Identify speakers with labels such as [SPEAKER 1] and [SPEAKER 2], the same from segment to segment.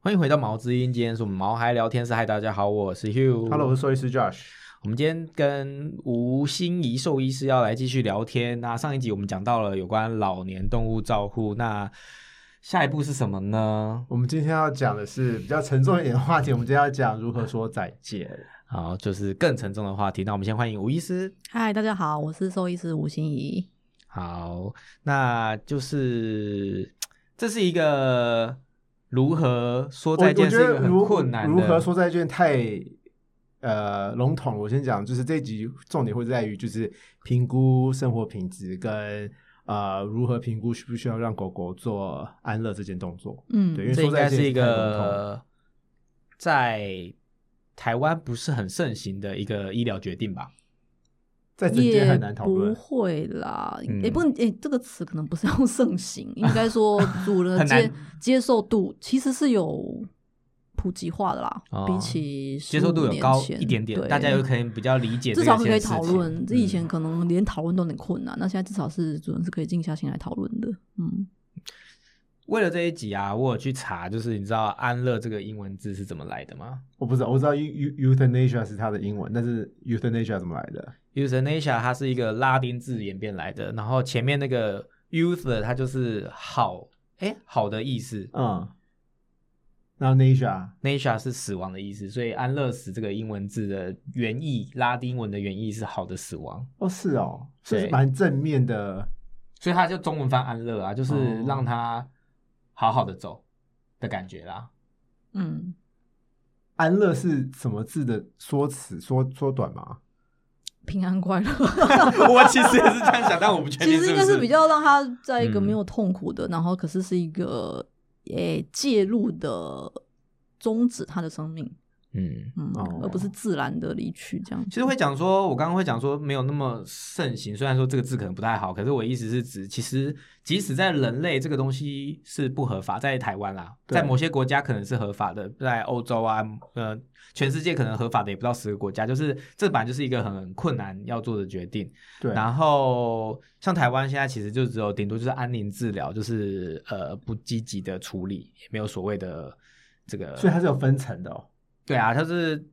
[SPEAKER 1] 欢迎回到毛之音，今天是我们毛孩聊天室。嗨，大家好，我是 Hugh。
[SPEAKER 2] Hello，我是兽医师 Josh。
[SPEAKER 1] 我们今天跟吴心怡兽医师要来继续聊天。那上一集我们讲到了有关老年动物照护，那下一步是什么呢？
[SPEAKER 2] 我们今天要讲的是比较沉重一点的话题，我们今天要讲如何说再见。
[SPEAKER 1] 好，就是更沉重的话题。那我们先欢迎吴医师。
[SPEAKER 3] 嗨，大家好，我是兽医师吴心怡。
[SPEAKER 1] 好，那就是这是一个如何说再
[SPEAKER 2] 我
[SPEAKER 1] 见
[SPEAKER 2] 我觉
[SPEAKER 1] 是一
[SPEAKER 2] 得
[SPEAKER 1] 个很
[SPEAKER 2] 如
[SPEAKER 1] 困难的。
[SPEAKER 2] 如何说再见太呃笼统了。我先讲，就是这一集重点会在于就是评估生活品质跟呃如何评估需不需要让狗狗做安乐这件动作。
[SPEAKER 3] 嗯，
[SPEAKER 2] 对，因为
[SPEAKER 1] 这
[SPEAKER 2] 说
[SPEAKER 1] 应
[SPEAKER 2] 再
[SPEAKER 1] 该
[SPEAKER 2] 见
[SPEAKER 1] 是一
[SPEAKER 2] 太笼统了
[SPEAKER 1] 个在台湾不是很盛行的一个医疗决定吧？
[SPEAKER 2] 在整
[SPEAKER 3] 也
[SPEAKER 2] 件很难讨论
[SPEAKER 3] 不。会啦，也、
[SPEAKER 1] 嗯
[SPEAKER 3] 不能，诶、这个词可能不是用 盛行，应该 说主人的
[SPEAKER 1] 很难
[SPEAKER 3] 接接受度其实是有普及化的啦，
[SPEAKER 1] 哦
[SPEAKER 3] 比起
[SPEAKER 1] 接受度
[SPEAKER 3] 15
[SPEAKER 1] 有
[SPEAKER 3] 年
[SPEAKER 1] 高
[SPEAKER 3] 前
[SPEAKER 1] 一点点，
[SPEAKER 3] 对
[SPEAKER 1] 大家有可能比较理解这个
[SPEAKER 3] 至少
[SPEAKER 1] 件
[SPEAKER 3] 可以
[SPEAKER 1] 事
[SPEAKER 3] 讨
[SPEAKER 1] 情
[SPEAKER 3] 论，这以前
[SPEAKER 1] 嗯
[SPEAKER 3] 可能连讨论都有点困难，那现在至少是主人是可以静下心来讨论的，嗯，
[SPEAKER 1] 为了这一集啊，我有去查，就是你知道“安乐”这个英文字是怎么来的吗
[SPEAKER 2] 我不知道，我知道 eu eu- euthanasia 是它的英文，但是 euthanasia 怎么来的？
[SPEAKER 1] ？euthanasia 它是一个拉丁字演变来的，然后前面那个 euth 它就是好，哎，好的意思
[SPEAKER 2] 嗯，然后 nasia
[SPEAKER 1] ，nasia 是死亡的意思，所以安乐死这个英文字的原意，拉丁文的原意是好的死亡。
[SPEAKER 2] 哦，是哦，
[SPEAKER 1] 对
[SPEAKER 2] 这是蛮正面的。
[SPEAKER 1] 所以他就中文翻安乐啊，就是
[SPEAKER 2] 哦
[SPEAKER 1] 让他好好的走的感觉啦。
[SPEAKER 3] 嗯，
[SPEAKER 2] 安乐是什么字的缩词缩缩短吗？
[SPEAKER 3] 平安 快乐。
[SPEAKER 1] 我其实也是这样想，但我不 确
[SPEAKER 3] 其
[SPEAKER 1] 定
[SPEAKER 3] 实
[SPEAKER 1] 是
[SPEAKER 3] 应
[SPEAKER 1] 不
[SPEAKER 3] 该
[SPEAKER 1] 是
[SPEAKER 3] 是比较让他在一个
[SPEAKER 1] 嗯
[SPEAKER 3] 没有痛苦的，然后可是是一个诶、介入的终止他的生命，
[SPEAKER 1] 嗯。
[SPEAKER 3] 嗯，
[SPEAKER 2] 哦
[SPEAKER 3] 而不是自然的离去这样。
[SPEAKER 1] 其实会讲说，我刚刚会讲说没有那么盛行，虽然说这个字可能不太好，可是我意思是指，其实即使在人类这个东西是不合法，在台湾啦，
[SPEAKER 2] 对
[SPEAKER 1] 在某些国家可能是合法的，在欧洲啊，呃，全世界可能合法的也不到十个国家，就是这本来就是一个很困难要做的决定。
[SPEAKER 2] 对，
[SPEAKER 1] 然后像台湾现在其实就只有顶多就是安宁治疗，就是呃不积极的处理，也没有所谓的这个。
[SPEAKER 2] 所以它是有分层的哦。
[SPEAKER 1] 对啊，它是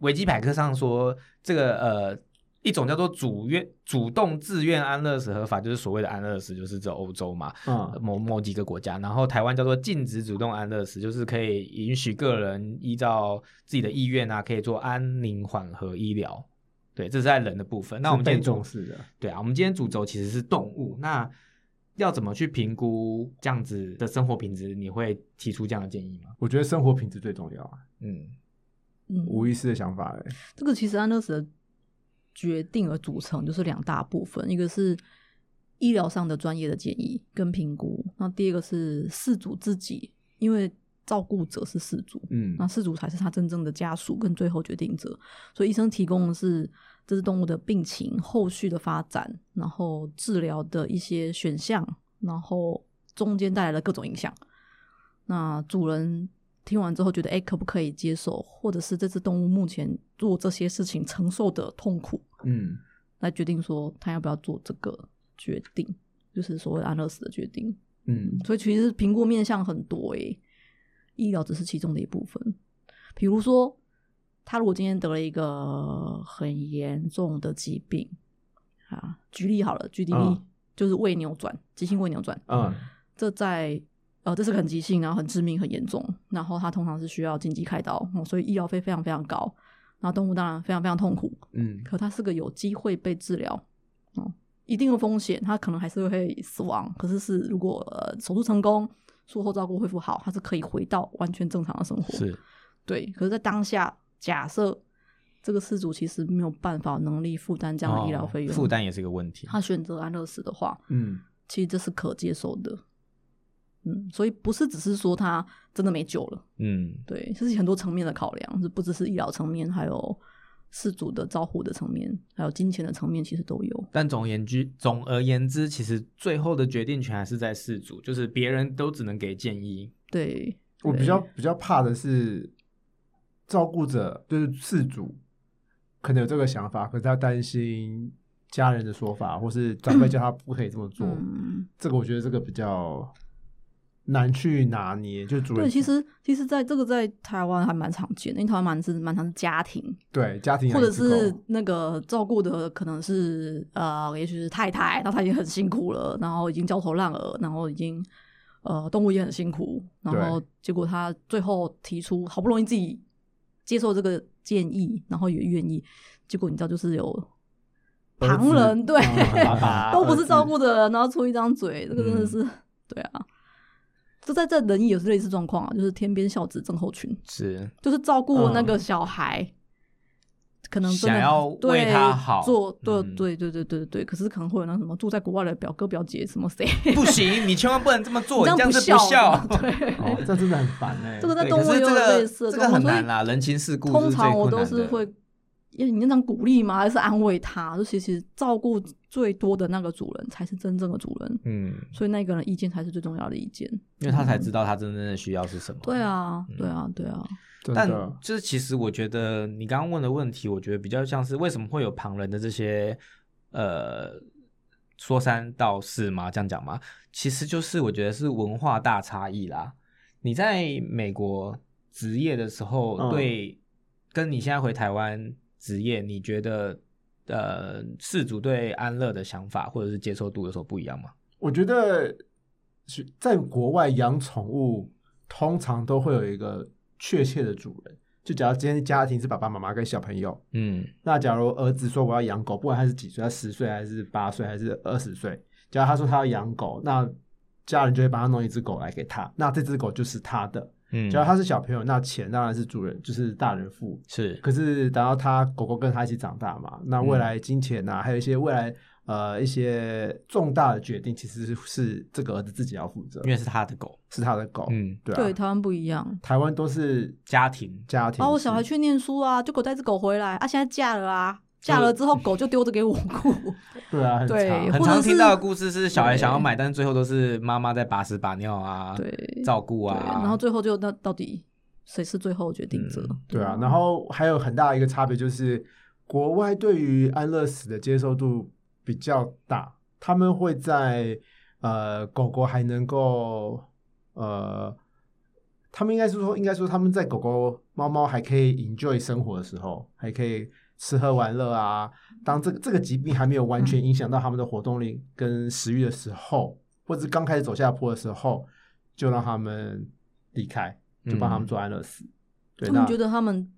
[SPEAKER 1] 维基百科上说这个呃一种叫做主愿主动自愿安乐死合法，就是所谓的安乐死，就是这欧洲嘛。
[SPEAKER 2] 嗯，
[SPEAKER 1] 呃某某几个国家，然后台湾叫做禁止主动安乐死，就是可以允许个人依照自己的意愿啊，可以做安宁缓和医疗。对，这是在人的部分。那我们今
[SPEAKER 2] 被
[SPEAKER 1] 天主
[SPEAKER 2] 重视的。
[SPEAKER 1] 对啊，我们今天主轴其实是动物，那要怎么去评估这样子的生活品质？你会提出这样的建议吗？
[SPEAKER 2] 我觉得生活品质最重要啊，
[SPEAKER 1] 嗯，
[SPEAKER 3] 嗯，
[SPEAKER 2] 无意识的想法哎。
[SPEAKER 3] 这个其实安乐死的决定而组成就是两大部分，一个是医疗上的专业的建议跟评估，那第二个是事主自己，因为照顾者是事主，
[SPEAKER 2] 嗯
[SPEAKER 3] 那事主才是他真正的家属跟最后决定者，所以医生提供的是这只动物的病情、后续的发展，然后治疗的一些选项，然后中间带来的各种影响。那主人听完之后觉得，哎、可不可以接受？或者是这只动物目前做这些事情承受的痛苦，
[SPEAKER 2] 嗯，
[SPEAKER 3] 来决定说他要不要做这个决定，就是所谓的安乐死的决定。
[SPEAKER 2] 嗯，
[SPEAKER 3] 所以其实评估面向很多诶、医疗只是其中的一部分。比如说，他如果今天得了一个很严重的疾病啊，举例好了，GDP、
[SPEAKER 2] 嗯
[SPEAKER 3] 就是胃扭转，急性胃扭转，
[SPEAKER 1] 啊
[SPEAKER 2] 嗯，
[SPEAKER 3] 这在呃这是很急性，然后很致命、很严重，然后它通常是需要紧急开刀，嗯所以医疗费非常非常高，然后动物当然非常非常痛苦，
[SPEAKER 2] 嗯，
[SPEAKER 3] 可它是个有机会被治疗，哦，一定的风险，它可能还是会死亡。可是是如果呃手术成功，术后照顾恢复好，它是可以回到完全正常的生活。，对。可是，在当下，假设这个事主其实没有办法能力负担这样的医疗费用，
[SPEAKER 1] 哦负担也是一个问题。
[SPEAKER 3] 他选择安乐死的话，
[SPEAKER 2] 嗯，
[SPEAKER 3] 其实这是可接受的。嗯，所以不是只是说他真的没救了，
[SPEAKER 1] 嗯，
[SPEAKER 3] 对，这是很多层面的考量，是不只是医疗层面，还有事主的照护的层面，还有金钱的层面，其实都有。
[SPEAKER 1] 但总而言之，总而言之，其实最后的决定权还是在事主，就是别人都只能给建议。
[SPEAKER 3] 对，
[SPEAKER 2] 我
[SPEAKER 3] 对
[SPEAKER 2] 比较比较怕的是照顾者，就是事主，可能有这个想法，可是他担心家人的说法，或是长辈叫他不可以这么做。
[SPEAKER 3] 嗯，
[SPEAKER 2] 这个我觉得这个比较难去拿捏，就主人
[SPEAKER 3] 对，其实其实在这个在台湾还蛮常见的，因为台湾蛮是蛮常是家庭，
[SPEAKER 2] 对家庭养
[SPEAKER 3] 或者
[SPEAKER 2] 一只狗
[SPEAKER 3] 是那个照顾的可能是呃，也许是太太，然后她已经很辛苦了，然后已经焦头烂额，然后已经呃动物也很辛苦，然后结果她最后提出好不容易自己接受这个建议，然后也愿意，结果你知道就是有
[SPEAKER 2] 儿子
[SPEAKER 3] 旁人对、
[SPEAKER 2] 嗯爸爸
[SPEAKER 3] 都不
[SPEAKER 2] 儿
[SPEAKER 3] 是
[SPEAKER 2] 子嗯
[SPEAKER 3] 照顾的人，然后出一张嘴，这个真的是、对啊。就在这人也是类似状况啊，就是天边孝子症候群，
[SPEAKER 1] 是
[SPEAKER 3] 就是照顾那
[SPEAKER 2] 嗯
[SPEAKER 3] 个小孩，可能真
[SPEAKER 1] 想
[SPEAKER 3] 的
[SPEAKER 1] 要为
[SPEAKER 3] 对
[SPEAKER 1] 他好
[SPEAKER 3] 做对
[SPEAKER 1] 嗯
[SPEAKER 3] 对对对对对，可是可能会有那什么住在国外的表哥表姐什么谁，
[SPEAKER 1] 不行，你千万不能这么做，
[SPEAKER 3] 这
[SPEAKER 1] 你这样
[SPEAKER 3] 样不
[SPEAKER 1] 子不
[SPEAKER 3] 孝
[SPEAKER 1] 孝。
[SPEAKER 3] 的， 对。
[SPEAKER 2] 哦，这真的很烦哎。
[SPEAKER 3] 这个在
[SPEAKER 1] 对
[SPEAKER 3] 动
[SPEAKER 1] 可
[SPEAKER 3] 物也
[SPEAKER 1] 是
[SPEAKER 3] 有
[SPEAKER 1] 这
[SPEAKER 3] 类
[SPEAKER 1] 个
[SPEAKER 3] 似的
[SPEAKER 1] 这
[SPEAKER 3] 状况，
[SPEAKER 1] 个很
[SPEAKER 3] 所以
[SPEAKER 1] 难啦，人情世故是
[SPEAKER 3] 通常
[SPEAKER 1] 最
[SPEAKER 3] 我
[SPEAKER 1] 困
[SPEAKER 3] 都
[SPEAKER 1] 难
[SPEAKER 3] 是
[SPEAKER 1] 的
[SPEAKER 3] 会，因为你那张鼓励嘛，还是安慰他？就其实照顾最多的那个主人才是真正的主人，
[SPEAKER 1] 嗯，
[SPEAKER 3] 所以那个人意见才是最重要的意见。
[SPEAKER 1] 因为他才知道他真正的需要是什么。
[SPEAKER 3] 对啊，
[SPEAKER 1] 嗯
[SPEAKER 3] 对啊，对啊，
[SPEAKER 2] 真
[SPEAKER 1] 但
[SPEAKER 2] 的
[SPEAKER 1] 就是其实我觉得你刚刚问的问题，我觉得比较像是为什么会有旁人的这些呃说三道四嘛，这样讲嘛，其实就是我觉得是文化大差异啦。你在美国职业的时候，
[SPEAKER 2] 嗯
[SPEAKER 1] 对，跟你现在回台湾职业，你觉得呃事主对安乐的想法或者是接受度有所不一样吗？
[SPEAKER 2] 我觉得是在国外养宠物，通常都会有一个确切的主人。就假如今天家庭是爸爸妈妈跟小朋友，
[SPEAKER 1] 嗯，
[SPEAKER 2] 那假如儿子说我要养狗，不管他是几岁，他十岁还是八岁还是二十岁，假如他说他要养狗，那家人就会帮他弄一只狗来给他，那这只狗就是他的。
[SPEAKER 1] 嗯
[SPEAKER 2] 只要他是小朋友，那钱当然是主人，就是大人付。
[SPEAKER 1] 是
[SPEAKER 2] 可是等到他狗狗跟他一起长大嘛，那未
[SPEAKER 3] 嗯
[SPEAKER 2] 来金钱呐、还有一些未来呃一些重大的决定，其实是是这个儿子自己要负责
[SPEAKER 1] 因，为是他的狗，
[SPEAKER 2] 是他的狗，
[SPEAKER 1] 嗯，
[SPEAKER 2] 对啊。
[SPEAKER 3] 嗯对台湾不一样。
[SPEAKER 2] 台湾都是
[SPEAKER 1] 家庭
[SPEAKER 2] 家庭式，
[SPEAKER 3] 啊，我小孩去念书啊，就狗带只狗回来啊，现在嫁了啊，嫁了之后狗就丢着给我顾，
[SPEAKER 2] 对啊，很
[SPEAKER 3] 对
[SPEAKER 2] 长
[SPEAKER 1] 很
[SPEAKER 3] 或者
[SPEAKER 1] 常听到的
[SPEAKER 3] 是
[SPEAKER 1] 故事是小孩想要买，但是最后都是妈妈在把屎把尿啊，
[SPEAKER 3] 对，
[SPEAKER 1] 照顾
[SPEAKER 3] 对，
[SPEAKER 1] 啊，
[SPEAKER 3] 然后最后就那到底谁是最后决定者？
[SPEAKER 1] 嗯
[SPEAKER 2] 对啊，然后还有很大一个差别就是，国外对于安乐死的接受度比较大，他们会在呃狗狗还能够呃，他们应该是说，应该说他们在狗狗、猫猫还可以 enjoy 生活的时候，还可以吃喝玩乐啊。当这个这个疾病还没有完全影响到他们的活动力跟食欲的时候，或者是刚开始走下坡的时候，就让他们离开，就帮他们做安乐死。对，
[SPEAKER 3] 嗯他
[SPEAKER 2] 那
[SPEAKER 3] 们觉得他们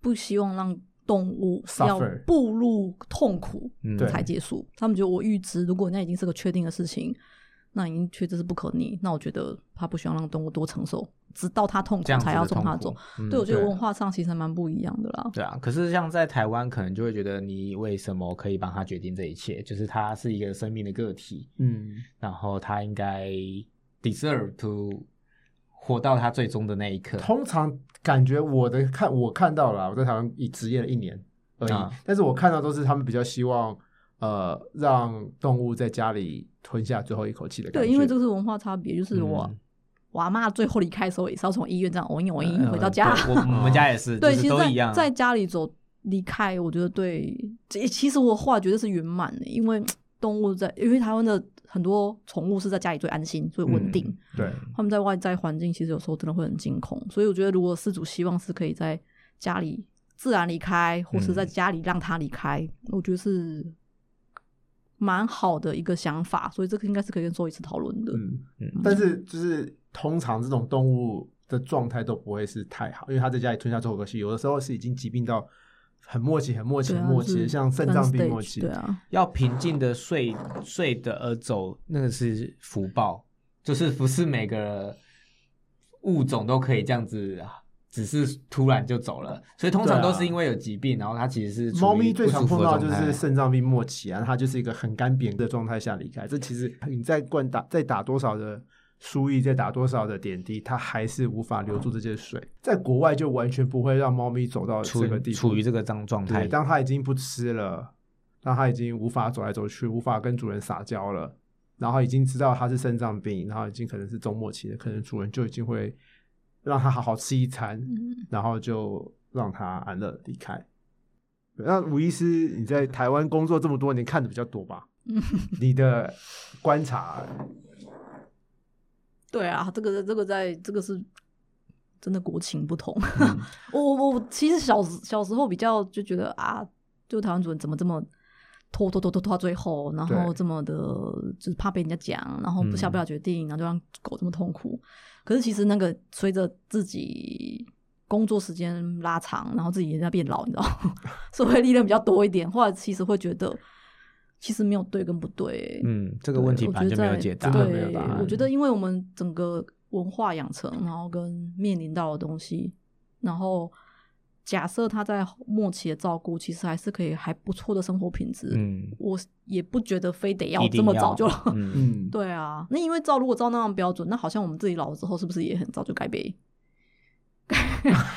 [SPEAKER 3] 不希望让动物要
[SPEAKER 2] Suffer
[SPEAKER 3] 步入痛苦
[SPEAKER 1] 嗯
[SPEAKER 2] 对
[SPEAKER 3] 才结束，他们觉得我预知，如果那已经是个确定的事情，那已经确知是不可逆，那我觉得他不希望让动物多承受，直到他痛苦
[SPEAKER 1] 这样子的
[SPEAKER 3] 才要
[SPEAKER 1] 痛
[SPEAKER 3] 送
[SPEAKER 1] 苦
[SPEAKER 3] 他走。。
[SPEAKER 1] 嗯
[SPEAKER 3] 对，我觉得
[SPEAKER 2] 对
[SPEAKER 3] 文化上其实还蛮不一样的啦。
[SPEAKER 1] 对啊，可是像在台湾，可能就会觉得你为什么可以帮他决定这一切？就是他是一个生命的个体，
[SPEAKER 2] 嗯，
[SPEAKER 1] 然后他应该 deserve to 活到他最终的那一刻。
[SPEAKER 2] 通常感觉我的看我看到了啊，我在台湾已职业了一年而已，
[SPEAKER 1] 啊
[SPEAKER 2] 但是我看到都是他们比较希望呃让动物在家里吞下最后一口气的感觉。
[SPEAKER 3] 对，因为这个是文化差别，就是我、
[SPEAKER 1] 嗯
[SPEAKER 3] 我阿妈最后离开的时候也是要从医院这样哦一哦一
[SPEAKER 2] 嗯
[SPEAKER 3] 回到家。
[SPEAKER 1] 对我我 们家也是，
[SPEAKER 3] 对，
[SPEAKER 1] 就
[SPEAKER 3] 其
[SPEAKER 1] 是都一
[SPEAKER 3] 实在
[SPEAKER 1] 样。啊
[SPEAKER 3] 在家里走离开，我觉得对，这其实我话觉得是圆满的，因为动物在，因为台湾的很多宠物是在家里最安心、最稳定，
[SPEAKER 1] 嗯
[SPEAKER 2] 对
[SPEAKER 3] 他们在外在环境其实有时候真的会很惊恐，所以我觉得如果饲主希望是可以在家里自然离开，或
[SPEAKER 1] 嗯
[SPEAKER 3] 是在家里让它离开，我觉得是蛮好的一个想法，所以这个应该是可以跟兽医师讨论的。
[SPEAKER 2] 嗯，
[SPEAKER 1] 嗯
[SPEAKER 2] 但是就是通常这种动物的状态都不会是太好，因为它在家里吞下最后一口气，有的时候是已经疾病到很末期、很末期、
[SPEAKER 3] 对
[SPEAKER 2] 很
[SPEAKER 3] 啊，
[SPEAKER 2] 末
[SPEAKER 3] 就
[SPEAKER 2] 期，
[SPEAKER 3] 是
[SPEAKER 2] 像肾
[SPEAKER 3] advanced
[SPEAKER 2] 脏病末
[SPEAKER 3] stage，
[SPEAKER 2] 期。
[SPEAKER 3] 对啊，
[SPEAKER 1] 要平静的睡睡的而走，那个是福报，就是不是每个物种都可以这样子，只是突然就走了。所以通常
[SPEAKER 2] 对啊
[SPEAKER 1] 都是因为有疾病，然后它其实是处于
[SPEAKER 2] 猫咪最
[SPEAKER 1] 不舒
[SPEAKER 2] 常
[SPEAKER 1] 服的
[SPEAKER 2] 碰到
[SPEAKER 1] 状
[SPEAKER 2] 就
[SPEAKER 1] 态
[SPEAKER 2] 是肾脏病末期啊，它就是一个很干瘪的状态下离开。这其实你再灌打再打多少的输液，再打多少的点滴，它还是无法留住这些水。在国外就完全不会让猫咪走到
[SPEAKER 1] 处
[SPEAKER 2] 这个
[SPEAKER 1] 于
[SPEAKER 2] 地步，
[SPEAKER 1] 处于这个状状态
[SPEAKER 2] 对，。当它已经不吃了，当它已经无法走来走去，无法跟主人撒娇了，然后已经知道它是肾脏病，然后已经可能是中末期了，可能主人就已经会让它好好吃一餐，
[SPEAKER 3] 嗯，
[SPEAKER 2] 然后就让他安乐离开。对那吴医师，你在台湾工作这么多年，看 的比较多吧？你的观察
[SPEAKER 3] 对啊，这个这个在这个是真的国情不同。
[SPEAKER 2] 嗯
[SPEAKER 1] 嗯
[SPEAKER 3] 我我我其实小时小时候比较就觉得啊，就台湾主人怎么这么拖拖拖拖拖到最后，然后
[SPEAKER 2] 对嗯
[SPEAKER 3] 这么的就是怕被人家讲，然后不下不了决定，然后就让狗这么痛苦。可是其实那个随着自己工作时间拉长，然后自己也在变老，你知道， 社会历练比较多一点，后来其实会觉得其实没有对跟不对，
[SPEAKER 1] 嗯，这
[SPEAKER 3] 这
[SPEAKER 1] 个问题本来就没有解答，
[SPEAKER 2] 真的
[SPEAKER 3] 对，
[SPEAKER 2] 没有答案
[SPEAKER 3] 我觉得，因为我们整个文化养成，然后跟面临到的东西，然后假设他在末期的照顾，其实还是可以还不错的生活品质。
[SPEAKER 1] 嗯，
[SPEAKER 3] 我也不觉得非得要
[SPEAKER 1] 一
[SPEAKER 3] 这
[SPEAKER 1] 定
[SPEAKER 3] 么
[SPEAKER 1] 要
[SPEAKER 3] 早就。
[SPEAKER 1] 嗯，
[SPEAKER 2] 嗯，
[SPEAKER 3] 对啊，那因为照如果照那样标准，那好像我们自己老了之后，是不是也很早就该被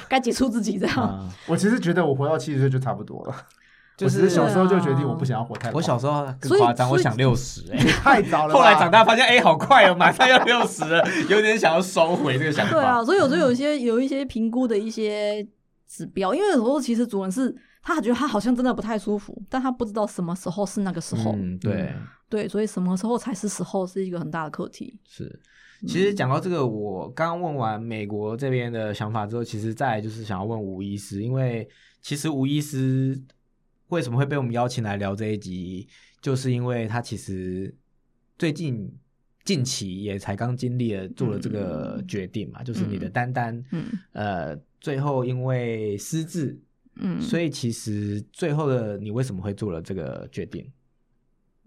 [SPEAKER 3] 该结束自己这样？
[SPEAKER 1] 啊
[SPEAKER 2] 我其实觉得我活到七十岁就差不多了，
[SPEAKER 1] 就
[SPEAKER 2] 我只
[SPEAKER 1] 是啊
[SPEAKER 2] 是小时候就决定我不想要活太老，
[SPEAKER 1] 我小时候啊更
[SPEAKER 3] 所以
[SPEAKER 1] 夸张，我
[SPEAKER 3] 所以
[SPEAKER 1] 想六十 哎，
[SPEAKER 2] 太早了吧，
[SPEAKER 1] 后来长大发现哎、好快哦，马上要六十了，有点想要收回这个想法。嗯
[SPEAKER 3] 对啊，所以我就有一些有一些评估的一些指标，因为有时候其实主人是他觉得他好像真的不太舒服，但他不知道什么时候是那个时候，
[SPEAKER 1] 嗯，对，
[SPEAKER 3] 对，所以什么时候才是时候是一个很大的课题。嗯
[SPEAKER 1] 是。其实讲到这个，我刚刚问完美国这边的想法之后，其实再来就是想要问吴医师，因为其实吴医师为什么会被我们邀请来聊这一集，就是因为他其实最近近期也才刚经历了做了这个
[SPEAKER 3] 嗯
[SPEAKER 1] 决定嘛，就是你的
[SPEAKER 3] 嗯
[SPEAKER 1] 丹丹，
[SPEAKER 3] 嗯
[SPEAKER 1] 呃，最后因为失智，
[SPEAKER 3] 嗯，
[SPEAKER 1] 所
[SPEAKER 3] 以
[SPEAKER 1] 以其实最后的你为什么会做了这个决定？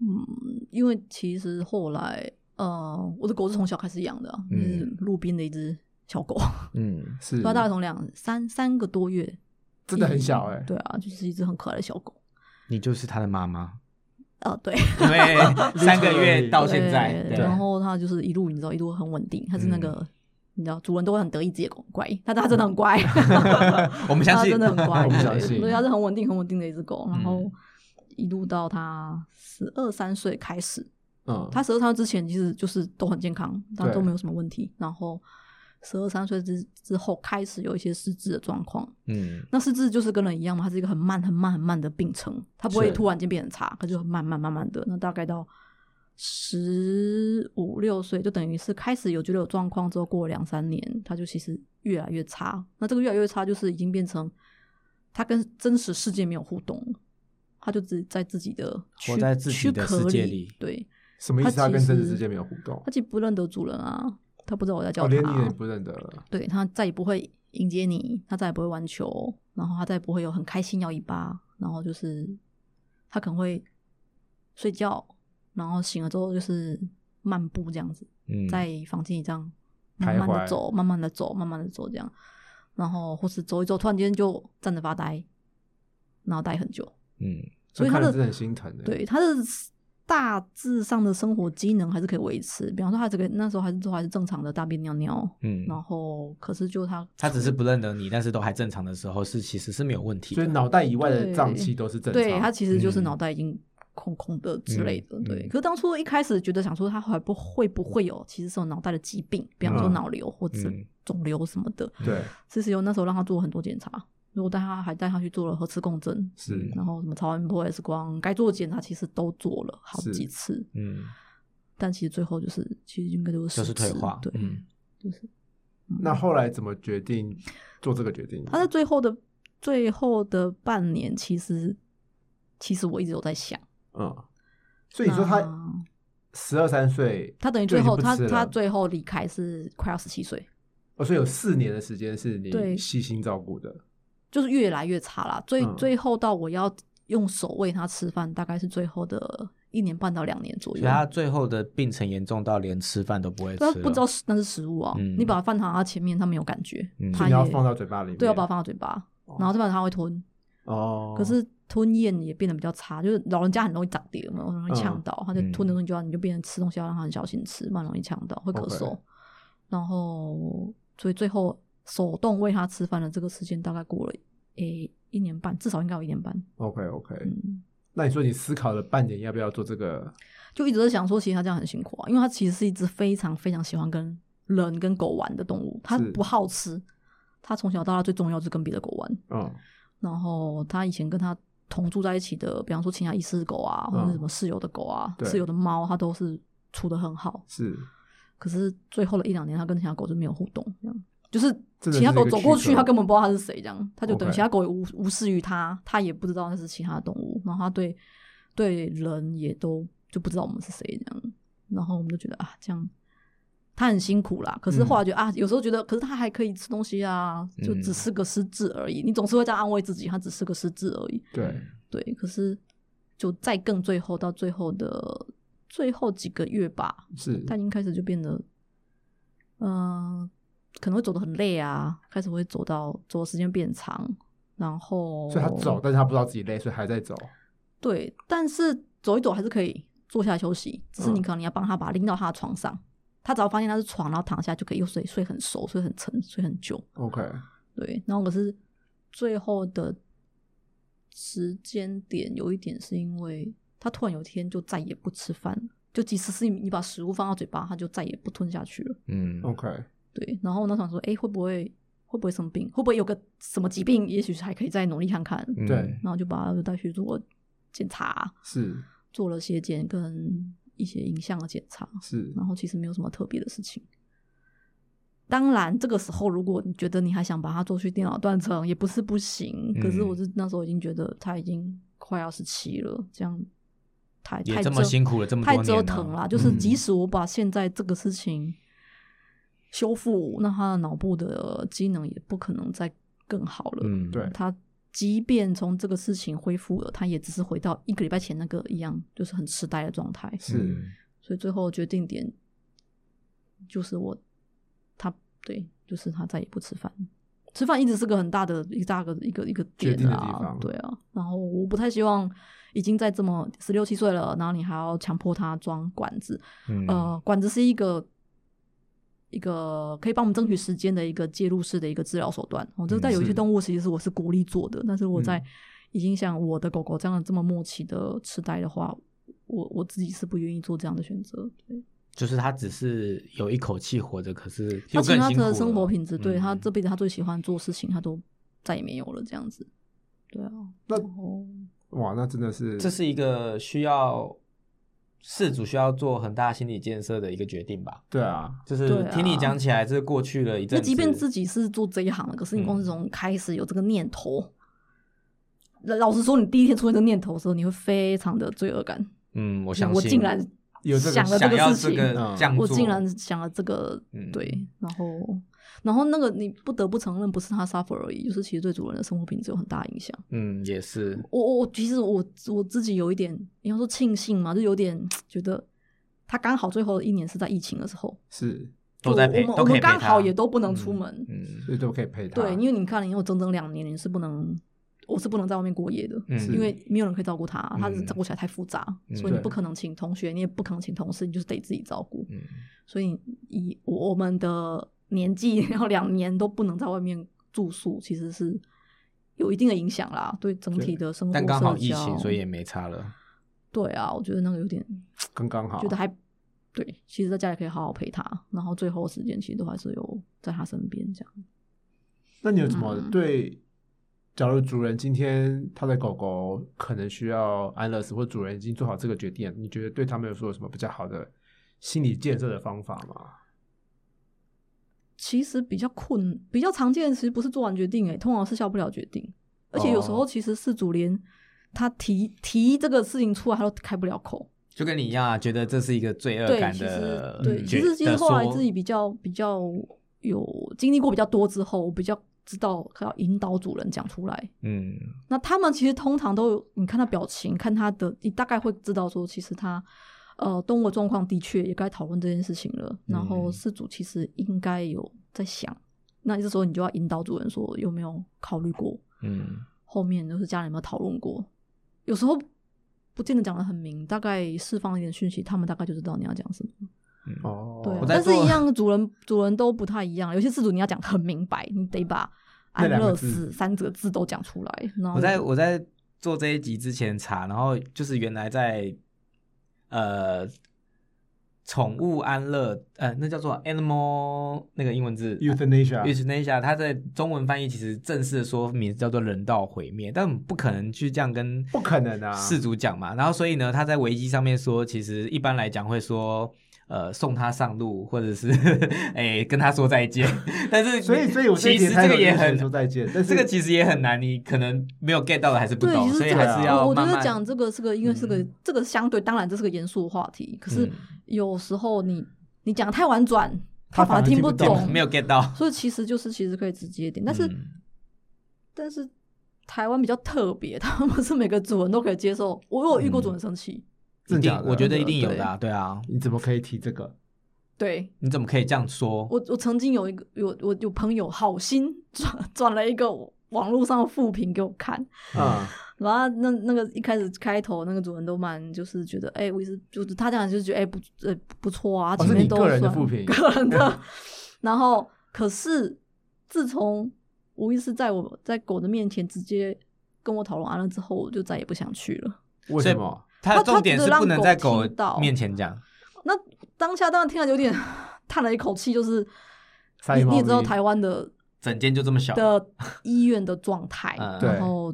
[SPEAKER 3] 嗯，因为其实后来，呃，我的狗是从小开始养的啊，
[SPEAKER 1] 嗯
[SPEAKER 3] 就是路边的一只 小狗，
[SPEAKER 1] 嗯
[SPEAKER 2] 是
[SPEAKER 3] 它大概从两三三个多月，
[SPEAKER 2] 真的很小
[SPEAKER 1] 欸
[SPEAKER 2] 哎、
[SPEAKER 3] 对啊，就是一只很可爱的小狗。
[SPEAKER 1] 你就是他的妈妈，
[SPEAKER 3] 啊，对，
[SPEAKER 1] 因 为三个月到现在，
[SPEAKER 3] 对
[SPEAKER 1] 对
[SPEAKER 3] 然后它就是一路你知道一路很稳定，它是那
[SPEAKER 1] 嗯
[SPEAKER 3] 个、你知道主人都会很得意自己的狗很乖，但它真的很乖，
[SPEAKER 1] 我们相
[SPEAKER 3] 它
[SPEAKER 1] 信，
[SPEAKER 3] 真的很乖，
[SPEAKER 2] 我们
[SPEAKER 3] 对
[SPEAKER 2] 相信
[SPEAKER 3] 所以它是很稳定很稳定的一只狗，然后
[SPEAKER 1] 嗯
[SPEAKER 3] 一路到它十二三岁开始，
[SPEAKER 2] 嗯，
[SPEAKER 3] 它十二三岁之前其实就是都很健康，它
[SPEAKER 2] 对
[SPEAKER 3] 都没有什么问题，然后十二三岁之之后开始有一些失智的状况，
[SPEAKER 1] 嗯
[SPEAKER 3] 那失智就是跟人一样嘛，它是一个很慢、很慢、很慢的病程，它不会
[SPEAKER 2] 是
[SPEAKER 3] 突然间变很差，它就很慢慢、慢慢的。那大概到十五六岁，就等于是开始有觉得有状况之后，过了两三年，它就其实越来越差。那这个越来越差，就是已经变成它跟真实世界没有互动了，它就只在自己的
[SPEAKER 1] 活
[SPEAKER 3] 躯
[SPEAKER 1] 在自己的
[SPEAKER 3] 躯壳
[SPEAKER 1] 世界
[SPEAKER 3] 里
[SPEAKER 1] 里。
[SPEAKER 3] 对，
[SPEAKER 2] 什么意思？
[SPEAKER 3] 它
[SPEAKER 2] 它
[SPEAKER 3] 其
[SPEAKER 2] 跟真实世
[SPEAKER 3] 实
[SPEAKER 2] 界没有互动
[SPEAKER 3] 它，既不认得主人啊，它不知道我在叫啊
[SPEAKER 2] 哦，
[SPEAKER 3] 它、
[SPEAKER 2] 连你也不认得了，
[SPEAKER 3] 对他再也不会迎接你，他再也不会玩球，然后他再也不会有很开心摇尾巴，然后就是他可能会睡觉，然后醒了之后就是漫步这样子，
[SPEAKER 1] 嗯，
[SPEAKER 3] 在房间里这样慢慢
[SPEAKER 2] 徘
[SPEAKER 3] 的
[SPEAKER 2] 徊
[SPEAKER 3] 走，慢慢的走，慢慢的走这样，然后或是走一走，突然间就站着发呆，然后待很久，
[SPEAKER 1] 嗯
[SPEAKER 3] 所以
[SPEAKER 2] 看了
[SPEAKER 3] 它的
[SPEAKER 2] 真的很心疼的、
[SPEAKER 3] 对，他的 s- 大致上的生活机能还是可以维持，比方说他这个那时候还是都还是正常的大便尿尿，
[SPEAKER 1] 嗯，
[SPEAKER 3] 然后可是就他
[SPEAKER 1] 他只是不认得你，但是都还正常的时候，是其实是没有问题
[SPEAKER 2] 所以
[SPEAKER 1] 的。
[SPEAKER 2] 脑袋以外的脏器都是正常。
[SPEAKER 3] 对他其实就是
[SPEAKER 1] 嗯
[SPEAKER 3] 脑袋已经空空的之类的。
[SPEAKER 1] 嗯
[SPEAKER 3] 对，
[SPEAKER 1] 嗯
[SPEAKER 3] 可是当初一开始觉得想说他还不会不会有，其实是有脑袋的疾病，比方说
[SPEAKER 2] 嗯
[SPEAKER 3] 脑瘤或者
[SPEAKER 1] 嗯
[SPEAKER 3] 肿瘤什么的。
[SPEAKER 2] 对
[SPEAKER 3] 其实有那时候让他做很多检查，如果带他还带他去做了核磁共振，
[SPEAKER 2] 是
[SPEAKER 3] 然后什么超音波、X 光，该做的检查其实都做了好
[SPEAKER 2] 是
[SPEAKER 3] 几次，
[SPEAKER 1] 嗯，
[SPEAKER 3] 但其实最后就是其实应该就是
[SPEAKER 1] 就是
[SPEAKER 3] 失智
[SPEAKER 1] 退化。
[SPEAKER 3] 对，
[SPEAKER 1] 嗯
[SPEAKER 3] 就是
[SPEAKER 2] 那后来怎么决定做这个决定？
[SPEAKER 3] 他在最后的最后的半年，其实其实我一直有在想。
[SPEAKER 2] 嗯，所以你说他
[SPEAKER 3] 那
[SPEAKER 2] 十二三岁，
[SPEAKER 3] 他等于
[SPEAKER 2] 就已
[SPEAKER 3] 最
[SPEAKER 2] 经
[SPEAKER 3] 后
[SPEAKER 2] 不
[SPEAKER 3] 他
[SPEAKER 2] 吃
[SPEAKER 3] 他
[SPEAKER 2] 了
[SPEAKER 3] 最后离开是快要十七岁，
[SPEAKER 2] 哦，所以有四年的时间是你
[SPEAKER 3] 对
[SPEAKER 2] 细心照顾的，
[SPEAKER 3] 就是越来越差啦。最、
[SPEAKER 2] 嗯
[SPEAKER 3] 最后到我要用手喂他吃饭，大概是最后的一年半到两年左
[SPEAKER 1] 所以
[SPEAKER 3] 右。
[SPEAKER 1] 他最后的病程严重到连吃饭都不会吃
[SPEAKER 3] 他
[SPEAKER 1] 了，
[SPEAKER 3] 不知道是那是食物啊，
[SPEAKER 1] 嗯
[SPEAKER 3] 你把它放到他前面，他没有感觉，
[SPEAKER 1] 嗯
[SPEAKER 2] 所
[SPEAKER 3] 他
[SPEAKER 2] 以你要
[SPEAKER 3] 也
[SPEAKER 2] 放到嘴巴里面。
[SPEAKER 3] 对，要把它放到嘴巴，然后再把它会吞。
[SPEAKER 2] 哦，
[SPEAKER 3] 可是吞咽也变得比较差，就是老人家很容易长跌嘛，很容易呛
[SPEAKER 2] 嗯
[SPEAKER 3] 到，他就吞的东西就要你就变成吃东西要让他很小心吃，蛮容易呛到，会咳嗽。
[SPEAKER 2] OK
[SPEAKER 3] 然后所以最后手动喂他吃饭的这个时间大概过了诶、一年半，至少应该有一年半，
[SPEAKER 2] OK OK，
[SPEAKER 3] 嗯，
[SPEAKER 2] 那你说你思考了半年要不要做这个？
[SPEAKER 3] 就一直在想说，其实他这样很辛苦啊，因为他其实是一只非常非常喜欢跟人跟狗玩的动物，他
[SPEAKER 2] 是
[SPEAKER 3] 不好吃，他从小到大最重要就是跟别的狗玩，
[SPEAKER 2] 嗯，
[SPEAKER 3] 然后他以前跟他同住在一起的，比方说其他医师狗啊，或者是什么室友的狗啊、
[SPEAKER 2] 对
[SPEAKER 3] 室友的猫，他都是处的很好。
[SPEAKER 2] 是
[SPEAKER 3] 可是最后的一两年，他跟其他狗就没有互动，这样就是
[SPEAKER 2] 真的
[SPEAKER 3] 其他
[SPEAKER 2] 是一
[SPEAKER 3] 狗
[SPEAKER 2] 个
[SPEAKER 3] 走过
[SPEAKER 2] 趋
[SPEAKER 3] 去，
[SPEAKER 2] 势
[SPEAKER 3] 他根本不知道它是谁，这样他就等于
[SPEAKER 2] OK
[SPEAKER 3] 其他狗也无无视于他，他也不知道那是其他动物，然后他对对人也都就不知道我们是谁这样，然后我们就觉得啊，这样他很辛苦啦。可是
[SPEAKER 2] 嗯
[SPEAKER 3] 后来觉得、啊，有时候觉得，可是他还可以吃东西啊，就
[SPEAKER 1] 嗯
[SPEAKER 3] 只是个失智而已。你总是会这样安慰自己，他只是个失智而已。
[SPEAKER 2] 对，
[SPEAKER 3] 对，可是就再更最后到最后的最后几个月吧，
[SPEAKER 2] 是
[SPEAKER 3] 他已经开始就变得，嗯、可能会走得很累啊，开始会走到走的时间变长，然后
[SPEAKER 2] 所以他走，但是他不知道自己累，所以还在走。
[SPEAKER 3] 对，但是走一走还是可以坐下来休息，只是你
[SPEAKER 2] 嗯
[SPEAKER 3] 可能你要帮他把他拎到他的床上，他只要发现他是床，然后躺下就可以又睡睡很熟，睡很沉，睡很久。
[SPEAKER 2] OK，
[SPEAKER 3] 对，然后可是最后的时间点有一点是因为他突然有一天就再也不吃饭了，就即使是你你把食物放到嘴巴，他就再也不吞下去了。
[SPEAKER 1] 嗯
[SPEAKER 2] OK，
[SPEAKER 3] 对，然后我那时候想说，哎，会不会会不会生病？会不会有个什么疾病？也许还可以再努力看看。
[SPEAKER 1] 嗯
[SPEAKER 2] 对
[SPEAKER 3] 然后就把他带去做检查，
[SPEAKER 2] 是
[SPEAKER 3] 做了血检跟一些影像的检查，
[SPEAKER 2] 是，
[SPEAKER 3] 然后其实没有什么特别的事情。当然，这个时候如果你觉得你还想把它做去电脑断层，也不是不行。可是
[SPEAKER 1] 嗯
[SPEAKER 3] 我是那时候已经觉得他已经快要十七了，这样太
[SPEAKER 1] 也
[SPEAKER 3] 太
[SPEAKER 1] 这么
[SPEAKER 3] 折
[SPEAKER 1] 辛苦了这么
[SPEAKER 3] 太
[SPEAKER 1] 多
[SPEAKER 3] 折
[SPEAKER 1] 年了
[SPEAKER 3] 腾了。就是
[SPEAKER 2] 嗯
[SPEAKER 3] 即使我把现在这个事情修复，那他的脑部的机能也不可能再更好了。
[SPEAKER 1] 嗯
[SPEAKER 2] 对
[SPEAKER 3] 他即便从这个事情恢复了，他也只是回到一个礼拜前那个一样，就是很痴呆的状态。
[SPEAKER 2] 是
[SPEAKER 3] 所以最后决定点就是我，他对，就是他再也不吃饭。吃饭一直是个很大的一大个一个一个
[SPEAKER 2] 决
[SPEAKER 3] 点
[SPEAKER 2] 定的地
[SPEAKER 3] 啊
[SPEAKER 2] 方，
[SPEAKER 3] 对啊。然后我不太希望已经在这么十六七岁了，然后你还要强迫他装管子，
[SPEAKER 1] 嗯
[SPEAKER 3] 呃，管子是一个一个可以帮我们争取时间的一个介入式的一个治疗手段。哦，这
[SPEAKER 1] 嗯
[SPEAKER 3] 在有一
[SPEAKER 2] 是
[SPEAKER 3] 些动物其实是我是鼓励做的，但是我在
[SPEAKER 2] 嗯
[SPEAKER 3] 已经像我的狗狗这样这么默契的痴呆的话，我我自己是不愿意做这样的选择。对，
[SPEAKER 1] 就是他只是有一口气活着，可是
[SPEAKER 3] 他
[SPEAKER 1] 又
[SPEAKER 3] 其
[SPEAKER 1] 更
[SPEAKER 3] 他
[SPEAKER 1] 辛苦
[SPEAKER 3] 的
[SPEAKER 1] 了
[SPEAKER 3] 生活品质，对
[SPEAKER 1] 嗯
[SPEAKER 3] 他这辈子他最喜欢做的事情，他都再也没有了这样子。对啊，
[SPEAKER 2] 那
[SPEAKER 3] 然后
[SPEAKER 2] 哇，那真的是
[SPEAKER 1] 这是一个需要事主需要做很大心理建设的一个决定吧。
[SPEAKER 2] 对啊，
[SPEAKER 1] 就是
[SPEAKER 3] 对啊
[SPEAKER 1] 听你讲起来，这过去了一阵
[SPEAKER 3] 那
[SPEAKER 1] 子，
[SPEAKER 3] 即便自己是做这一行的，可是你光是从开始有这个念头，老老实说，你第一天出现这个念头的时候，你会非常的罪恶感。
[SPEAKER 1] 嗯，我
[SPEAKER 3] 我
[SPEAKER 1] 相信
[SPEAKER 3] 竟然
[SPEAKER 2] 有这个
[SPEAKER 3] 想了
[SPEAKER 1] 想要
[SPEAKER 3] 个
[SPEAKER 1] 这
[SPEAKER 3] 事情，
[SPEAKER 1] 个
[SPEAKER 2] 嗯
[SPEAKER 1] 这样
[SPEAKER 3] 我
[SPEAKER 1] 做
[SPEAKER 3] 竟然想了这个，
[SPEAKER 1] 嗯
[SPEAKER 3] 对，然后然后那个你不得不承认，不是他 suffer 而已，就是其实对主人的生活品质有很大影响。
[SPEAKER 1] 嗯也是
[SPEAKER 3] 我我我其实我我自己有一点，你要说庆幸嘛，就有点觉得他刚好最后一年是在疫情的时候，
[SPEAKER 2] 是，
[SPEAKER 1] 都在
[SPEAKER 3] 就
[SPEAKER 1] 陪
[SPEAKER 3] 我们
[SPEAKER 1] 都
[SPEAKER 3] 我
[SPEAKER 1] 可以陪
[SPEAKER 3] 们
[SPEAKER 1] 他
[SPEAKER 3] 刚好也都不能出门，
[SPEAKER 1] 嗯
[SPEAKER 2] 所以都可以陪他。
[SPEAKER 3] 对，因为你看，你有整整两年，你是不能，我是不能在外面过夜的，
[SPEAKER 1] 嗯
[SPEAKER 2] 是
[SPEAKER 3] 因为没有人可以照顾他，他
[SPEAKER 1] 嗯
[SPEAKER 3] 照顾起来太复杂，
[SPEAKER 1] 嗯
[SPEAKER 3] 所以你
[SPEAKER 2] 对
[SPEAKER 3] 不可能请同学，你也不可能请同事，你就是得自己照顾。
[SPEAKER 1] 嗯
[SPEAKER 3] 所以以我我们的年纪， 然后两年都不能在外面住宿，其实是有一定的影响啦，对整体的生活
[SPEAKER 1] 但刚好疫
[SPEAKER 3] 社
[SPEAKER 1] 情，
[SPEAKER 3] 交
[SPEAKER 1] 所以也没差了。
[SPEAKER 3] 对啊，我觉得那个有点
[SPEAKER 2] 刚刚好
[SPEAKER 3] 觉，得还对，其实在家里可以好好陪他，然后最后的时间其实都还是有在他身边这样。
[SPEAKER 2] 那你有什么
[SPEAKER 3] 嗯
[SPEAKER 2] 对？假如主人今天他的狗狗可能需要安乐死，或主人已经做好这个决定，你觉得对他们有说有什么比较好的心理建设的方法吗？
[SPEAKER 3] 其实比较困，比较常见的其实不是做完决定、欸，通常是下不了决定，而且有时候
[SPEAKER 2] 哦
[SPEAKER 3] 其实事主连他提提这个事情出来，他都开不了口。
[SPEAKER 1] 就跟你一样啊，觉得这是一个罪恶
[SPEAKER 3] 对，
[SPEAKER 1] 感
[SPEAKER 3] 其实
[SPEAKER 1] 的
[SPEAKER 3] 对，其
[SPEAKER 1] 嗯觉
[SPEAKER 3] 实其实
[SPEAKER 1] 的
[SPEAKER 3] 后来
[SPEAKER 1] 说
[SPEAKER 3] 自己比较比较有经历过比较多之后，我比较知道要引导主人讲出来。
[SPEAKER 1] 嗯
[SPEAKER 3] 那他们其实通常都有，你看他表情，看他的，你大概会知道说，其实他呃动物的状况的确也该讨论这件事情了。然后
[SPEAKER 1] 嗯
[SPEAKER 3] 事主其实应该有在想，那这时候你就要引导主人说，有没有考虑过
[SPEAKER 1] 嗯
[SPEAKER 3] 后面就是家人有没有讨论过？有时候不见得讲的很明，大概释放一点讯息，他们大概就知道你要讲什么。
[SPEAKER 1] 嗯
[SPEAKER 2] 哦，
[SPEAKER 3] 对啊、
[SPEAKER 1] 我在
[SPEAKER 3] 但是
[SPEAKER 1] 做
[SPEAKER 3] 一样，主人主人都不太一样。有些事主你要讲很明白，你得把
[SPEAKER 2] 那
[SPEAKER 3] 安
[SPEAKER 2] 两个
[SPEAKER 3] 乐
[SPEAKER 2] 字
[SPEAKER 3] 死三个字都讲出来。然后
[SPEAKER 1] 我在我在做这一集之前查，然后就是原来在呃宠物安乐呃那叫做 animal 那个英文字
[SPEAKER 2] euthanasia，
[SPEAKER 1] euthanasia，它在中文翻译其实正式的说名字叫做人道毁灭，但我们不可能去这样跟
[SPEAKER 2] 不可能啊
[SPEAKER 1] 事主讲嘛。然后所以呢，他在维基上面说，其实一般来讲会说。呃送它上路，或者是 哎、跟它说再见。但是
[SPEAKER 2] 所以，所以我这
[SPEAKER 1] 其
[SPEAKER 2] 一节
[SPEAKER 1] 实
[SPEAKER 2] 开
[SPEAKER 1] 这个
[SPEAKER 2] 头就
[SPEAKER 1] 也
[SPEAKER 2] 是
[SPEAKER 1] 很
[SPEAKER 2] 说再见，但是
[SPEAKER 1] 这个其实也很难，你可能没有 get 到的还是不
[SPEAKER 3] 对，
[SPEAKER 1] 懂，
[SPEAKER 3] 其实
[SPEAKER 1] 所以
[SPEAKER 3] 这
[SPEAKER 1] 还
[SPEAKER 3] 个
[SPEAKER 1] 是要
[SPEAKER 3] 我我觉
[SPEAKER 1] 慢
[SPEAKER 3] 得
[SPEAKER 1] 慢
[SPEAKER 3] 讲这个是个，因为是个、
[SPEAKER 1] 嗯
[SPEAKER 3] 这个相对当然这是个严肃的话题，可是
[SPEAKER 1] 嗯
[SPEAKER 3] 有时候你你讲得太婉转，
[SPEAKER 2] 他反
[SPEAKER 3] 反而
[SPEAKER 2] 而
[SPEAKER 3] 听
[SPEAKER 2] 听不懂
[SPEAKER 3] 懂，
[SPEAKER 1] 没有 get 到。
[SPEAKER 3] 所以其实就是其实可以直接一 点，但是、
[SPEAKER 1] 嗯
[SPEAKER 3] 但是台湾比较特别， 他们不是每个主人都可以接受。我有遇过
[SPEAKER 1] 嗯
[SPEAKER 3] 主人生气，
[SPEAKER 2] 真
[SPEAKER 1] 一定
[SPEAKER 2] 的假的
[SPEAKER 1] 我觉得一定有的、啊，对啊，
[SPEAKER 2] 你怎么可以提这个？
[SPEAKER 3] 对
[SPEAKER 1] 你怎么可以这样说？
[SPEAKER 3] 我我曾经有一个有我有朋友好心转转了一个网络上的负评给我看，
[SPEAKER 1] 嗯
[SPEAKER 2] 啊、
[SPEAKER 3] 然后那那个一开始开头那个主人都蛮就是觉得，哎、我一直就是他讲就是觉得，哎、不呃不错啊，
[SPEAKER 2] 哦
[SPEAKER 3] 前面
[SPEAKER 2] 是你
[SPEAKER 3] 都
[SPEAKER 2] 个人
[SPEAKER 3] 算
[SPEAKER 2] 的负评嗯
[SPEAKER 3] 个人的。然后可是自从无意识在我在狗的面前直接跟我讨论完了之后，我就再也不想去了。
[SPEAKER 2] 为什么？
[SPEAKER 1] 它
[SPEAKER 3] 他
[SPEAKER 1] 的
[SPEAKER 3] 他
[SPEAKER 1] 重点
[SPEAKER 3] 只
[SPEAKER 1] 是
[SPEAKER 3] 让
[SPEAKER 1] 不能
[SPEAKER 3] 狗
[SPEAKER 1] 在狗
[SPEAKER 3] 听到
[SPEAKER 1] 面前讲，
[SPEAKER 3] 那当下当然听了有点 叹了一口气，就是
[SPEAKER 2] 塞
[SPEAKER 3] 你
[SPEAKER 2] 猫
[SPEAKER 3] 你也知道
[SPEAKER 2] 咪
[SPEAKER 3] 台湾的
[SPEAKER 1] 整间就这么小。
[SPEAKER 3] 的医院的状态
[SPEAKER 1] 嗯，
[SPEAKER 2] 对
[SPEAKER 3] 然后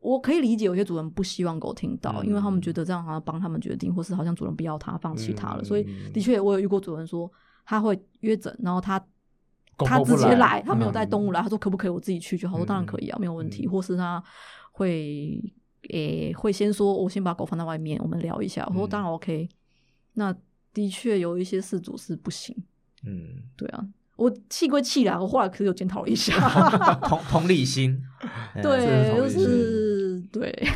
[SPEAKER 3] 我可以理解有些主人不希望狗听到，
[SPEAKER 1] 嗯
[SPEAKER 3] 因为他们觉得这样好像帮他们决定，或是好像主人不要它，放弃它了。
[SPEAKER 1] 嗯
[SPEAKER 3] 所以的确，我有遇过主人说他会约诊，然后他。
[SPEAKER 2] 狗狗
[SPEAKER 3] 他自己
[SPEAKER 2] 不来
[SPEAKER 3] 来，他没有
[SPEAKER 2] 嗯
[SPEAKER 3] 带动物来。他说可不可以我自己去？就好，我说当然可以啊，没有问
[SPEAKER 1] 嗯
[SPEAKER 3] 题。或是他会诶、会先说，我先把狗放在外面，我们聊一下。我说
[SPEAKER 1] 嗯
[SPEAKER 3] 当然 OK。那的确有一些事主是不行，
[SPEAKER 1] 嗯，
[SPEAKER 3] 对啊。我气归气啦，我后来可是有检讨 了一下。
[SPEAKER 1] 同同理心，嗯
[SPEAKER 2] 这是
[SPEAKER 3] 对，
[SPEAKER 2] 同
[SPEAKER 3] 就
[SPEAKER 2] 理
[SPEAKER 3] 是对。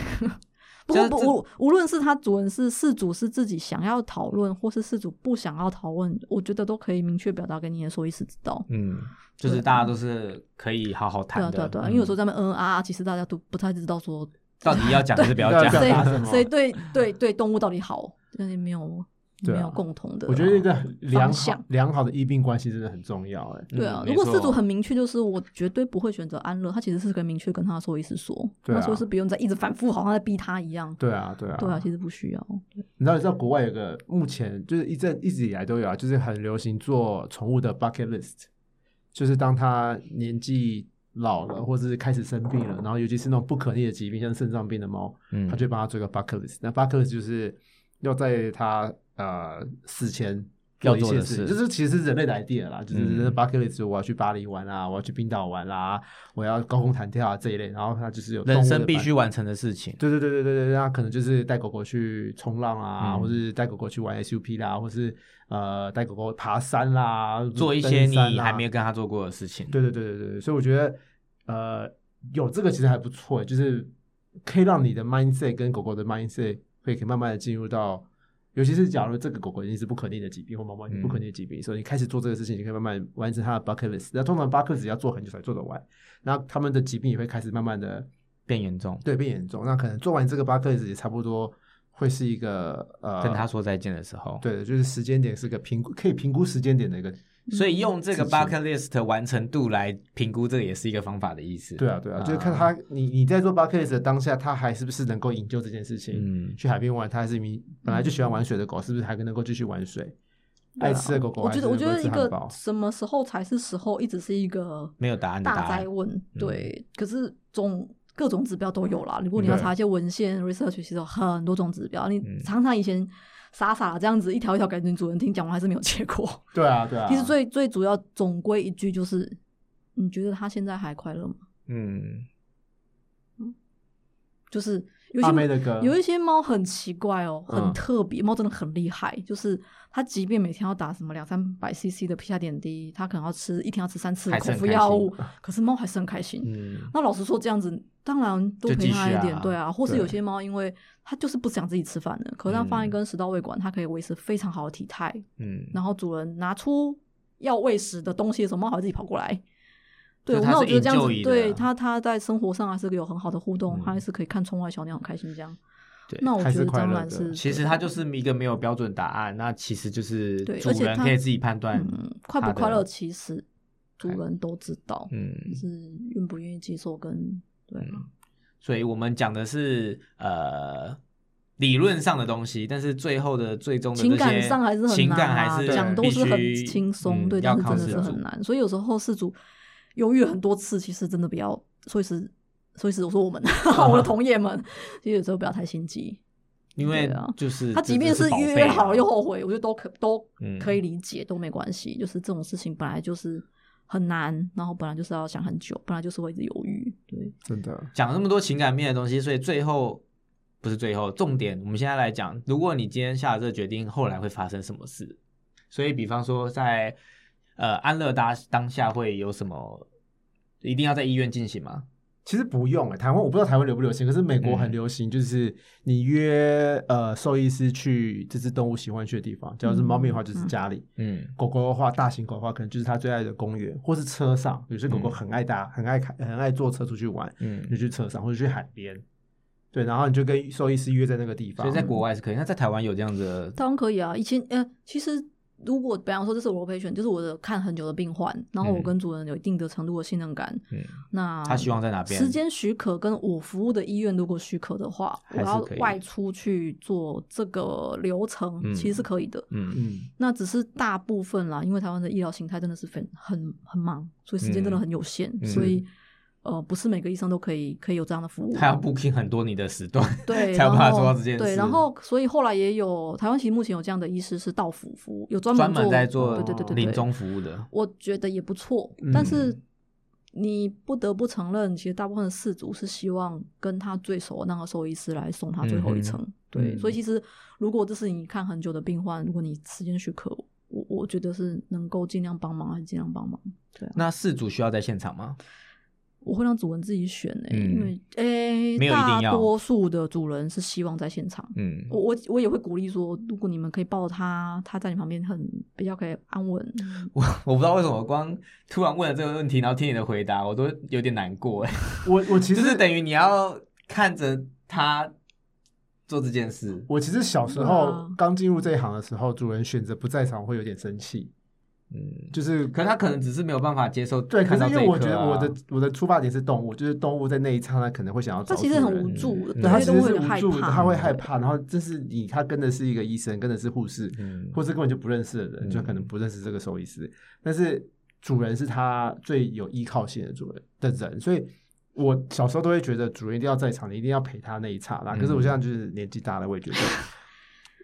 [SPEAKER 3] 不过
[SPEAKER 1] 这
[SPEAKER 3] 不
[SPEAKER 1] 嗯这
[SPEAKER 3] 无无论是他主人是事主是自己想要讨论，或是事主不想要讨论，我觉得都可以明确表达给你也说一次知道。
[SPEAKER 1] 嗯，就是
[SPEAKER 3] 对
[SPEAKER 1] 大家都是可以好好
[SPEAKER 3] 对
[SPEAKER 1] 谈
[SPEAKER 3] 啊
[SPEAKER 1] 的。
[SPEAKER 3] 对啊对啊，因为有时候
[SPEAKER 1] 嗯
[SPEAKER 3] 在那边嗯啊啊，其实大家都不太知道说
[SPEAKER 1] 到底要讲还是不要
[SPEAKER 2] 对
[SPEAKER 1] 讲
[SPEAKER 2] 对，
[SPEAKER 3] 谁
[SPEAKER 2] 表达什么
[SPEAKER 3] 谁对对对动物到底好，但是没有
[SPEAKER 2] 对啊
[SPEAKER 3] 没有共同的。
[SPEAKER 2] 我觉得一个良
[SPEAKER 3] 方
[SPEAKER 2] 好
[SPEAKER 3] 向
[SPEAKER 2] 良好的医病关系真的很重要、哎，
[SPEAKER 3] 对啊
[SPEAKER 1] 嗯，
[SPEAKER 3] 如果
[SPEAKER 1] 没
[SPEAKER 3] 事主
[SPEAKER 1] 错
[SPEAKER 3] 很明确，就是我绝对不会选择安乐，他其实是可以明确跟他说一次说，
[SPEAKER 2] 对啊
[SPEAKER 3] 那时候是不用再一直反复，好像在逼他一样。
[SPEAKER 2] 对啊，对啊，
[SPEAKER 3] 对啊，其实不需要。
[SPEAKER 2] 你知道，你知道国外有个目前就是一阵一直以来都有啊，就是很流行做宠物的 bucket list，就是当它年纪老了，或者是开始生病了，然后尤其是那种不可逆的疾病，像肾脏病的猫，
[SPEAKER 1] 嗯
[SPEAKER 2] 它就会帮它做一个 bucket list。那 bucket list 就是要在它呃死前
[SPEAKER 1] 要
[SPEAKER 2] 一
[SPEAKER 1] 做
[SPEAKER 2] 些
[SPEAKER 1] 的
[SPEAKER 2] 事，
[SPEAKER 1] 事
[SPEAKER 2] 就是其实是人类的 idea 啦，就是人类
[SPEAKER 1] 嗯
[SPEAKER 2] bucket list，我要去巴黎玩啊啦，我要去冰岛玩啦，我要高空弹跳啊这一类，然后它就是有动
[SPEAKER 1] 人
[SPEAKER 2] 物的
[SPEAKER 1] 生必
[SPEAKER 2] bucket
[SPEAKER 1] 须完成的事情。
[SPEAKER 2] 对对对对对对，那可能就是带狗狗去冲浪啊，
[SPEAKER 1] 嗯
[SPEAKER 2] 或是带狗狗去玩 SUP 啦，或是呃带狗狗爬山啦，
[SPEAKER 1] 做一些
[SPEAKER 2] 登山
[SPEAKER 1] 你
[SPEAKER 2] 啦
[SPEAKER 1] 还没有跟他做过的事情。
[SPEAKER 2] 对对对对对对，所以我觉得呃有这个其实还不错，就是可以让你的 mindset 跟狗狗的 mindset 会可以慢慢的进入到，尤其是假如这个狗狗已经是不可逆的疾病或猫猫已经不可逆
[SPEAKER 1] 嗯
[SPEAKER 2] 的疾病，所以你开始做这个事情，你可以慢慢完成它的 bucket list。那通常 bucket list 要做很久才做得完，那他们的疾病也会开始慢慢的
[SPEAKER 1] 变严重，
[SPEAKER 2] 对变严重。那可能做完这个巴克斯也差不多会是一个呃，
[SPEAKER 1] 跟他说再见的时候。
[SPEAKER 2] 对，就是时间点是个评估，可以评估时间点的一个。
[SPEAKER 1] 所以用这个
[SPEAKER 2] 自己
[SPEAKER 1] bucket list 完成度来评估，这个也是一个方法的意思。
[SPEAKER 2] 对啊，对啊，就是看他你你在做巴克斯的当下，他还是不是能够营救这件事情？
[SPEAKER 1] 嗯，
[SPEAKER 2] 去海边玩，他还是一名本来就喜欢玩水的狗，是不是还能够继续玩水？
[SPEAKER 3] 对
[SPEAKER 2] 爱
[SPEAKER 3] 啊
[SPEAKER 2] 吃的狗狗
[SPEAKER 3] 我
[SPEAKER 2] 还是
[SPEAKER 3] 觉得
[SPEAKER 2] 能
[SPEAKER 3] 我
[SPEAKER 2] 够
[SPEAKER 3] 觉得
[SPEAKER 2] 吃
[SPEAKER 3] 一
[SPEAKER 2] 汉
[SPEAKER 3] 个
[SPEAKER 2] 堡，
[SPEAKER 3] 什么时候才是时候，一直是一个
[SPEAKER 1] 没有答案的答
[SPEAKER 3] 大
[SPEAKER 1] 案
[SPEAKER 3] 灾。
[SPEAKER 2] 嗯
[SPEAKER 3] 问。对，可是总各种指标都有啦。如果你要
[SPEAKER 2] 对
[SPEAKER 3] 查一些文献 research，其实有很多种指标。你
[SPEAKER 1] 嗯
[SPEAKER 3] 常常以前傻傻地这样子一条一条给你主人听，讲完还是没有结果。
[SPEAKER 2] 对啊，对啊。
[SPEAKER 3] 其实最最主要总归一句就是，你觉得他现在还快乐吗？
[SPEAKER 1] 嗯，
[SPEAKER 3] 就是有
[SPEAKER 2] 阿妹
[SPEAKER 3] 些
[SPEAKER 2] 的歌，
[SPEAKER 3] 有一些猫很奇怪哦，
[SPEAKER 2] 嗯
[SPEAKER 3] 很特别，猫真的很厉害。就是它即便每天要打什么两三百 CC 的皮下点滴，它可能要吃一天要吃三次的
[SPEAKER 1] 还是
[SPEAKER 3] 口
[SPEAKER 1] 很
[SPEAKER 3] 服
[SPEAKER 1] 开
[SPEAKER 3] 药
[SPEAKER 1] 心
[SPEAKER 3] 物，可是猫还是很开心。
[SPEAKER 1] 嗯，
[SPEAKER 3] 那老实说，这样子当然多
[SPEAKER 1] 就
[SPEAKER 3] 陪
[SPEAKER 1] 继
[SPEAKER 3] 它
[SPEAKER 1] 续
[SPEAKER 3] 一点，
[SPEAKER 1] 啊
[SPEAKER 3] 对啊，或是
[SPEAKER 2] 对
[SPEAKER 3] 有些猫因为它就是不想自己吃饭的，可是它放一
[SPEAKER 1] 嗯
[SPEAKER 3] 根食道胃管，它可以维持非常好的体态。
[SPEAKER 1] 嗯，
[SPEAKER 3] 然后主人拿出要喂食的东西的时候，猫还会自己跑过来。对，
[SPEAKER 1] 就它
[SPEAKER 3] 那我
[SPEAKER 1] 是
[SPEAKER 3] 觉得这样子
[SPEAKER 1] enjoy，的
[SPEAKER 3] 对它它在生活上还是有很好的互动，
[SPEAKER 1] 嗯
[SPEAKER 3] 它还是可以看窗外小鸟很开心这样。
[SPEAKER 1] 对
[SPEAKER 3] 那我
[SPEAKER 2] 还
[SPEAKER 3] 觉
[SPEAKER 2] 是
[SPEAKER 3] 得
[SPEAKER 2] 快
[SPEAKER 3] 当
[SPEAKER 2] 乐
[SPEAKER 3] 然
[SPEAKER 2] 的
[SPEAKER 3] 是
[SPEAKER 1] 其实它就是一个没有标准答案，那其实就是
[SPEAKER 3] 对
[SPEAKER 1] 主
[SPEAKER 3] 而且
[SPEAKER 1] 人
[SPEAKER 3] 它
[SPEAKER 1] 可以自己判断。
[SPEAKER 3] 嗯，快不
[SPEAKER 1] 它的哎
[SPEAKER 3] 快乐其实主人都知道，
[SPEAKER 1] 嗯
[SPEAKER 3] 就，是愿不愿意接受跟对啊
[SPEAKER 1] 所以我们讲的是呃理论上的东西，但是最后的最终的这些
[SPEAKER 3] 情感上还是很难、啊，
[SPEAKER 1] 情感还是
[SPEAKER 2] 对
[SPEAKER 3] 讲都是很
[SPEAKER 1] 必须
[SPEAKER 3] 轻松，
[SPEAKER 1] 嗯
[SPEAKER 3] 对，
[SPEAKER 1] 要
[SPEAKER 3] 但是
[SPEAKER 1] 靠
[SPEAKER 3] 真
[SPEAKER 1] 自
[SPEAKER 3] 的是
[SPEAKER 1] 主
[SPEAKER 3] 很难。所以有时候事主犹豫了很多次，其实真的不要， 所以是所以是我说我们我的同业们，其实有时候不要太心急。
[SPEAKER 1] 因为
[SPEAKER 3] 对啊
[SPEAKER 1] 就是
[SPEAKER 3] 他
[SPEAKER 1] 这
[SPEAKER 3] 即便
[SPEAKER 1] 这是
[SPEAKER 3] 是
[SPEAKER 1] 宝
[SPEAKER 3] 约
[SPEAKER 1] 贝
[SPEAKER 3] 约
[SPEAKER 1] 啊
[SPEAKER 3] 好了又后悔，我觉得都可都
[SPEAKER 1] 嗯
[SPEAKER 3] 可以理解，都没关系。就是这种事情本来就是很难，然后本来就是要想很久，本来就是会一直犹豫。对，
[SPEAKER 2] 真的，
[SPEAKER 1] 讲了那么多情感面的东西，所以最后不是最后，重点我们现在来讲，如果你今天下了这个决定，后来会发生什么事？所以，比方说在呃安乐当当下会有什么？一定要在医院进行吗？
[SPEAKER 2] 其实不用、欸，台湾我不知道台湾流不流行，可是美
[SPEAKER 1] 嗯
[SPEAKER 2] 国很流行，就是你约呃兽医师去这只动物喜欢去的地方，假如是猫咪的话就是家里，
[SPEAKER 1] 嗯
[SPEAKER 2] 狗狗的话，大型狗的话可能就是它最爱的公园，或是车上，有些狗狗
[SPEAKER 1] 嗯
[SPEAKER 2] 很爱搭，很爱开，很爱坐车出去玩，你就
[SPEAKER 1] 嗯，
[SPEAKER 2] 去车上或者去海边，对，然后你就跟兽医师约在那个地方，
[SPEAKER 1] 所以在国外是可以。那在台湾有这样子的，
[SPEAKER 3] 当然可以啊。以前呃，其实如果比方说这是我的 patient，就是我的看很久的病患，然后我
[SPEAKER 1] 嗯
[SPEAKER 3] 跟主人有一定的程度的信任感，
[SPEAKER 1] 嗯，
[SPEAKER 3] 那
[SPEAKER 1] 他希望在哪边？
[SPEAKER 3] 时间许可跟我服务的医院如果许可的话，我
[SPEAKER 1] 还是
[SPEAKER 3] 要
[SPEAKER 1] 可以
[SPEAKER 3] 外出去做这个流程，
[SPEAKER 1] 嗯
[SPEAKER 3] 其实是可以的。
[SPEAKER 1] 嗯，
[SPEAKER 2] 嗯，
[SPEAKER 3] 那只是大部分啦，因为台湾的医疗形态真的是很很很忙，所以时间真的很有限，
[SPEAKER 1] 嗯
[SPEAKER 3] 所以呃，不是每个医生都可以可以有这样的服 务。
[SPEAKER 1] 他要 booking 很多你的时段，
[SPEAKER 3] 对，
[SPEAKER 1] 才有办法
[SPEAKER 3] 然后
[SPEAKER 1] 做到这件事。
[SPEAKER 3] 对，然后所以后来也有台湾其实目前有这样的医师是到府服务，有专
[SPEAKER 1] 专
[SPEAKER 3] 做
[SPEAKER 1] 门在做
[SPEAKER 3] 对对对对对
[SPEAKER 1] 临终服务的，
[SPEAKER 3] 我觉得也不错，
[SPEAKER 2] 嗯
[SPEAKER 3] 但是你不得不承认，其实大部分的事主是希望跟他最熟的那个兽医师来送他最后一程。对，
[SPEAKER 2] 嗯
[SPEAKER 3] 所以其实如果这是你看很久的病患，如果你时间许可，我我觉得是能够尽量帮忙还是尽量帮忙。
[SPEAKER 1] 那事主需要在现场吗？
[SPEAKER 3] 我会让主人自己选诶、
[SPEAKER 1] 嗯
[SPEAKER 3] 因为诶、
[SPEAKER 1] 没有一定
[SPEAKER 3] 大
[SPEAKER 1] 要
[SPEAKER 3] 多数的主人是希望在现场。
[SPEAKER 1] 嗯，
[SPEAKER 3] 我我我也会鼓励说，如果你们可以抱他，他在你旁边很比较可以安稳。
[SPEAKER 1] 我 我不知道为什么，光突然问了这个问题，然后听你的回答，我都有点难过哎。
[SPEAKER 2] 我我其
[SPEAKER 1] 就
[SPEAKER 2] 实
[SPEAKER 1] 是等于你要看着他做这件事，
[SPEAKER 2] 我其实小时
[SPEAKER 3] 对
[SPEAKER 2] 候
[SPEAKER 3] 啊
[SPEAKER 2] 刚进入这一行的时候，主人选择不在场会有点生气，
[SPEAKER 1] 嗯，
[SPEAKER 2] 就是
[SPEAKER 1] 可是他可能只是没有办法接受，
[SPEAKER 2] 对，可
[SPEAKER 1] 看
[SPEAKER 2] 是
[SPEAKER 1] 到
[SPEAKER 2] 因
[SPEAKER 1] 这
[SPEAKER 2] 为
[SPEAKER 1] 一刻、啊、
[SPEAKER 2] 我觉得我的我的出发点是动物，就是动物在那一刹那可能会想要找
[SPEAKER 3] 他
[SPEAKER 2] 主
[SPEAKER 3] 其
[SPEAKER 2] 人，
[SPEAKER 3] 实很无助，
[SPEAKER 1] 嗯
[SPEAKER 2] 对，
[SPEAKER 3] 因
[SPEAKER 2] 他
[SPEAKER 3] 为
[SPEAKER 2] 其
[SPEAKER 3] 都
[SPEAKER 2] 实
[SPEAKER 3] 会
[SPEAKER 2] 是
[SPEAKER 3] 有
[SPEAKER 2] 无
[SPEAKER 3] 害
[SPEAKER 2] 助的，
[SPEAKER 3] 怕，
[SPEAKER 2] 他会害
[SPEAKER 3] 对
[SPEAKER 2] 怕，然后这是你，他跟的是一个医生，跟的是护士，
[SPEAKER 1] 嗯
[SPEAKER 2] 或是根本就不认识的人，
[SPEAKER 1] 嗯
[SPEAKER 2] 就可能不认识这个兽医师，但是主人是他最有依靠性的主人的人，所以。我小时候都会觉得主人一定要在场，你一定要陪他那一刹那。可是我
[SPEAKER 1] 嗯
[SPEAKER 2] 现在就是年纪大了，我也觉得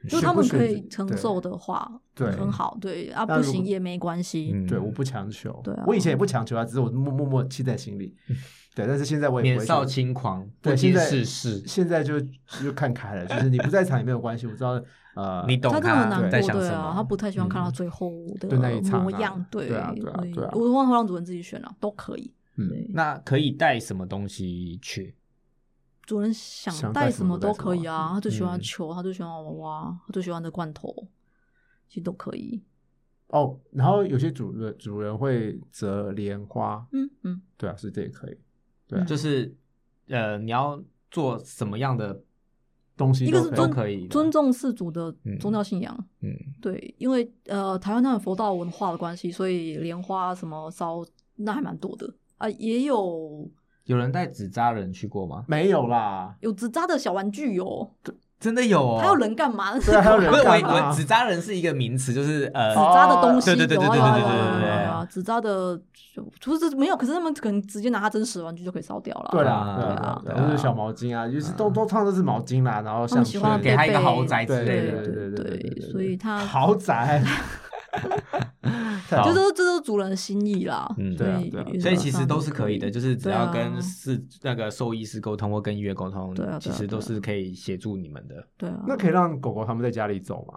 [SPEAKER 2] 选不选择，
[SPEAKER 3] 就他们可以承受的话，
[SPEAKER 2] 对
[SPEAKER 3] 很好，对啊，
[SPEAKER 2] 那
[SPEAKER 3] 不
[SPEAKER 2] 如果
[SPEAKER 3] 行也没关系。
[SPEAKER 1] 嗯
[SPEAKER 2] 对，我不强求。
[SPEAKER 3] 对啊
[SPEAKER 2] 我以前也不强求啊，只是我默默默记在心里。 对，但是现在我也不
[SPEAKER 1] 年
[SPEAKER 2] 会
[SPEAKER 1] 少
[SPEAKER 2] 觉得
[SPEAKER 1] 轻狂，
[SPEAKER 2] 对
[SPEAKER 1] 不经
[SPEAKER 2] 现在
[SPEAKER 1] 世事，
[SPEAKER 2] 现在就就看开了，就是你不在场也没有关系。我知道，呃，
[SPEAKER 1] 你懂
[SPEAKER 3] 他真的很难
[SPEAKER 1] 在
[SPEAKER 3] 过，
[SPEAKER 1] 想
[SPEAKER 3] 对
[SPEAKER 1] 什么，
[SPEAKER 3] 啊，他不太喜欢看到最后的
[SPEAKER 2] 嗯对那一刹那
[SPEAKER 3] 模样，对
[SPEAKER 2] 对啊对啊
[SPEAKER 3] 所以
[SPEAKER 2] 对啊
[SPEAKER 3] 我的话会让主人自己选了，都可以。
[SPEAKER 2] 嗯，
[SPEAKER 3] 对，
[SPEAKER 1] 那可以带什么东西去？
[SPEAKER 3] 主人想
[SPEAKER 2] 想
[SPEAKER 3] 带
[SPEAKER 2] 带
[SPEAKER 3] 什
[SPEAKER 2] 什么
[SPEAKER 3] 么都
[SPEAKER 2] 带什
[SPEAKER 3] 可以
[SPEAKER 2] 么
[SPEAKER 3] 啊，他最喜欢
[SPEAKER 1] 嗯
[SPEAKER 3] 球，他最喜欢娃娃，他最喜欢的罐头，其实都可以。
[SPEAKER 2] 哦，然后有些主人主人会折莲花，
[SPEAKER 3] 嗯嗯，
[SPEAKER 2] 对啊，所以这也可以。对啊，
[SPEAKER 3] 嗯
[SPEAKER 1] 就是呃，你要做什么样的？
[SPEAKER 2] 东西
[SPEAKER 3] 一个
[SPEAKER 1] 都
[SPEAKER 2] 都可以
[SPEAKER 3] 是尊
[SPEAKER 1] 可以的
[SPEAKER 3] 尊重氏族的宗教信仰，
[SPEAKER 1] 嗯
[SPEAKER 3] 对，因为呃，台湾那有佛道文化的关系，所以莲花什么烧那还蛮多的啊、也有
[SPEAKER 1] 有人带纸扎人去过吗？
[SPEAKER 2] 没有啦，
[SPEAKER 3] 有纸扎的小玩具哦，
[SPEAKER 1] 真的有哦，
[SPEAKER 3] 还有人干嘛？
[SPEAKER 2] 对啊还有人
[SPEAKER 1] 不 是我
[SPEAKER 2] 干
[SPEAKER 1] 我
[SPEAKER 2] 嘛
[SPEAKER 1] 纸扎人是一个名词，就是呃，
[SPEAKER 3] 纸扎的东西，
[SPEAKER 1] 哦对对对对对
[SPEAKER 3] 有啊有啊
[SPEAKER 1] 对对对
[SPEAKER 3] 有啊有啊
[SPEAKER 1] 对对
[SPEAKER 3] 有啊纸扎的不是没有，可是他们可能直接拿他真实的玩具就可以烧掉了。
[SPEAKER 1] 啊
[SPEAKER 2] 对啦，对
[SPEAKER 3] 对啊
[SPEAKER 2] 啊，对
[SPEAKER 1] 对啊
[SPEAKER 2] 啊，就是小毛巾啊，就是都都唱的是毛巾啦，然后
[SPEAKER 3] 他
[SPEAKER 2] 像
[SPEAKER 3] 们喜欢
[SPEAKER 1] 给他一个豪宅之
[SPEAKER 2] 对
[SPEAKER 1] 类
[SPEAKER 2] 对
[SPEAKER 1] 的
[SPEAKER 2] 对
[SPEAKER 3] 对
[SPEAKER 2] 对
[SPEAKER 3] 对
[SPEAKER 2] 对，
[SPEAKER 3] 所以他
[SPEAKER 2] 豪 宅，
[SPEAKER 1] 好
[SPEAKER 3] 这就是这就是主人的心意啦。
[SPEAKER 1] 嗯
[SPEAKER 3] 所
[SPEAKER 2] 对啊
[SPEAKER 3] 以
[SPEAKER 2] 对啊
[SPEAKER 3] 原则
[SPEAKER 1] 所以其实
[SPEAKER 3] 上
[SPEAKER 1] 都是可以的，就是只要
[SPEAKER 3] 对
[SPEAKER 1] 跟
[SPEAKER 3] 啊
[SPEAKER 1] 是那个兽医师沟通或跟医院沟通，
[SPEAKER 3] 对啊对啊
[SPEAKER 1] 其实都是可以协助你们的。
[SPEAKER 3] 对啊，
[SPEAKER 2] 那可以让狗狗他们在家里走吗？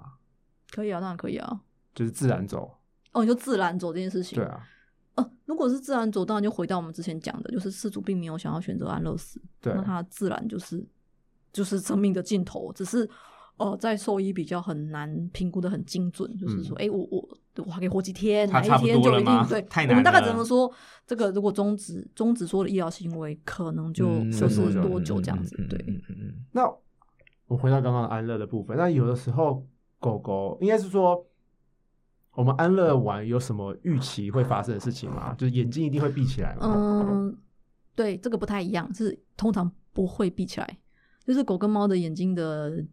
[SPEAKER 3] 可以啊，当然可以啊。
[SPEAKER 2] 就是自然走，
[SPEAKER 3] 哦，你就自然走这件事情，
[SPEAKER 2] 对啊，
[SPEAKER 3] 呃，如果是自然走，当然就回到我们之前讲的，就是事主并没有想要选择安乐死，
[SPEAKER 2] 对
[SPEAKER 3] 那他自然就是就是生命的尽头，只是呃，在兽医比较很难评估的很精准，就是说，哎、我我我还可以活几天，
[SPEAKER 1] 他
[SPEAKER 3] 哪
[SPEAKER 1] 嗯
[SPEAKER 3] 一
[SPEAKER 1] 差不
[SPEAKER 3] 天
[SPEAKER 1] 多
[SPEAKER 3] 就
[SPEAKER 1] 了
[SPEAKER 3] 一
[SPEAKER 1] 吗
[SPEAKER 3] 定对，
[SPEAKER 1] 太
[SPEAKER 3] 我们
[SPEAKER 1] 难
[SPEAKER 3] 大概
[SPEAKER 1] 了
[SPEAKER 3] 只能说，这个如果终止终止说的医疗行为，可能就
[SPEAKER 1] 嗯
[SPEAKER 3] 不
[SPEAKER 2] 剩多
[SPEAKER 3] 是
[SPEAKER 2] 久
[SPEAKER 3] 多久这样子，
[SPEAKER 1] 嗯
[SPEAKER 3] 对，
[SPEAKER 1] 嗯嗯嗯
[SPEAKER 2] 那我回到刚刚的安乐的部分，那有的时候狗狗应该是说，我们安乐完有什么预期会发生的事情吗？就是眼睛一定会闭起来吗？
[SPEAKER 3] 嗯，对，这个不太一样，是通常不会闭起来，就是狗跟猫的眼睛的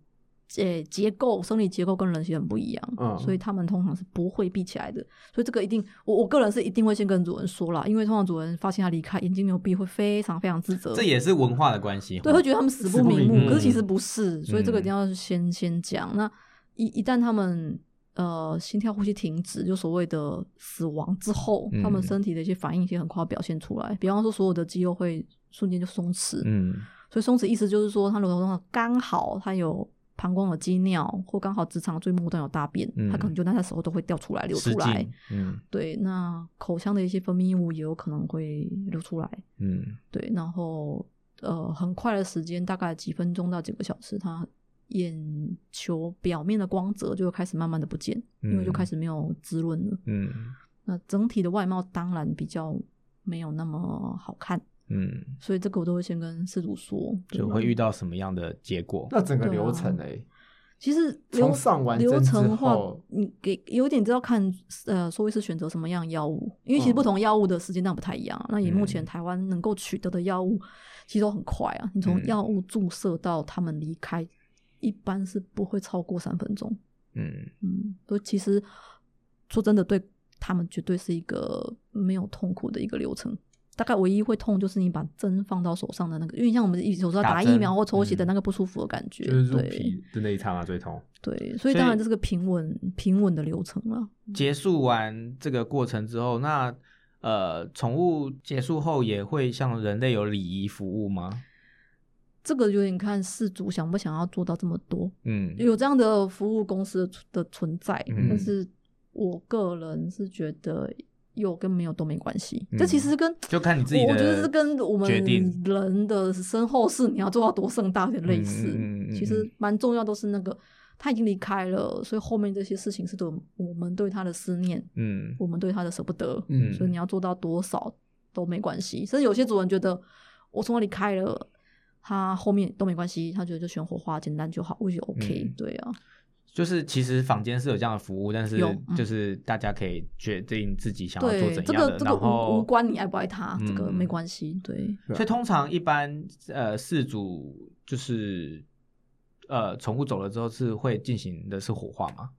[SPEAKER 3] 诶结构、生理结构跟人体很不一样，
[SPEAKER 2] 嗯
[SPEAKER 3] 所以他们通常是不会闭起来的。所以这个一定，我我个人是一定会先跟主人说啦，因为通常主人发现他离开眼睛没有闭，会非常非常自责，
[SPEAKER 1] 这也是文化的关系。
[SPEAKER 3] 对，会觉得他们死
[SPEAKER 2] 死
[SPEAKER 3] 不
[SPEAKER 2] 不
[SPEAKER 3] 瞑
[SPEAKER 2] 瞑
[SPEAKER 3] 目，
[SPEAKER 1] 目
[SPEAKER 3] 可是其实不是，所以这个一定
[SPEAKER 1] 嗯
[SPEAKER 3] 要先先讲。那一一旦他们呃心跳呼吸停止，就所谓的死亡之后，他们
[SPEAKER 1] 嗯
[SPEAKER 3] 身体的一些反应也很快表现出来，比方说所有的肌肉会瞬间就松弛，
[SPEAKER 1] 嗯
[SPEAKER 3] 所以松弛意思就是说，他如果说刚好他有。膀胱有积尿，或刚好直肠最末端有大便，
[SPEAKER 1] 嗯
[SPEAKER 3] 他可能就那时候都会掉出来、流出
[SPEAKER 1] 失
[SPEAKER 3] 来
[SPEAKER 1] 禁。，嗯
[SPEAKER 3] 对，那口腔的一些分泌物也有可能会流出来。
[SPEAKER 1] 嗯
[SPEAKER 3] 对，然后呃，很快的时间，大概几分钟到几个小时，它眼球表面的光泽就会开始慢慢的不见，因为就开
[SPEAKER 1] 嗯
[SPEAKER 3] 始没有滋润了。
[SPEAKER 1] 嗯
[SPEAKER 3] 那整体的外貌当然比较没有那么好看，
[SPEAKER 1] 嗯，
[SPEAKER 3] 所以这个我都会先跟事主说。对
[SPEAKER 1] 就会遇到什么样的结果？
[SPEAKER 2] 那整个
[SPEAKER 3] 对啊
[SPEAKER 2] 流程哎、
[SPEAKER 3] 其实
[SPEAKER 2] 从
[SPEAKER 3] 流
[SPEAKER 2] 上完
[SPEAKER 3] 流
[SPEAKER 2] 针之
[SPEAKER 3] 程的话
[SPEAKER 2] 后，
[SPEAKER 3] 你给有点知道看呃，兽医师选择什么样的药物，因为其实
[SPEAKER 2] 嗯
[SPEAKER 3] 不同药物的时间段不太一样啊。那以目前
[SPEAKER 1] 嗯
[SPEAKER 3] 台湾能够取得的药物，其实都很快啊。你从
[SPEAKER 1] 嗯
[SPEAKER 3] 药物注射到他们离开，一般是不会超过三分钟。
[SPEAKER 1] 嗯
[SPEAKER 3] 嗯，所以其实说真的，对他们绝对是一个没有痛苦的一个流程。大概唯一会痛就是你把针放到手上的那个，因为像我们有时候
[SPEAKER 1] 打
[SPEAKER 3] 打疫
[SPEAKER 1] 针
[SPEAKER 3] 苗或抽血的
[SPEAKER 1] 嗯
[SPEAKER 3] 那个不舒服的感觉，
[SPEAKER 2] 就是入
[SPEAKER 3] 对嗯
[SPEAKER 2] 皮的那一刹那最痛。
[SPEAKER 3] 对，所
[SPEAKER 1] 所
[SPEAKER 3] 以当
[SPEAKER 1] 以
[SPEAKER 3] 然这是个平稳平稳的流程了。
[SPEAKER 1] 结束完这个过程之后，那呃，宠物结束后也会像人类有礼仪服务吗？
[SPEAKER 3] 这个有点看事主想不想要做到这么多，
[SPEAKER 1] 嗯
[SPEAKER 3] 有这样的服务公司的存的存在，
[SPEAKER 1] 嗯
[SPEAKER 3] 但是我个人是觉得有跟没有都没关系。
[SPEAKER 1] 嗯
[SPEAKER 3] 这其实跟
[SPEAKER 1] 就看你自己
[SPEAKER 3] 我
[SPEAKER 1] 的
[SPEAKER 3] 我觉得是跟我们
[SPEAKER 1] 决定
[SPEAKER 3] 人的身后事你要做到多盛大有点类
[SPEAKER 1] 嗯
[SPEAKER 3] 似。
[SPEAKER 1] 嗯嗯嗯嗯
[SPEAKER 3] 其实蛮重要，都是那个他已经离开了，所以后面这些事情是对我们我们对他的思念，
[SPEAKER 1] 嗯
[SPEAKER 3] 我们对他的舍不得。
[SPEAKER 1] 嗯
[SPEAKER 3] 所以你要做到多少都没关系。甚至有些主人觉得我从哪里开了，他后面都没关系，他觉得就选火化简单就好，我觉得 OK、
[SPEAKER 1] 嗯
[SPEAKER 3] 对啊，
[SPEAKER 1] 就是其实坊间是有这样的服务，但是
[SPEAKER 3] 有嗯
[SPEAKER 1] 就是大家可以决定自己想要做
[SPEAKER 3] 对，
[SPEAKER 1] 怎
[SPEAKER 3] 这
[SPEAKER 1] 样
[SPEAKER 3] 个
[SPEAKER 1] 的，
[SPEAKER 3] 这个
[SPEAKER 1] 然后
[SPEAKER 3] 无无关你爱不爱他，这个
[SPEAKER 1] 嗯
[SPEAKER 3] 没关系。对，
[SPEAKER 2] 对啊
[SPEAKER 1] 所以通常一般呃事主就是呃宠物走了之后是会进行的是火化吗？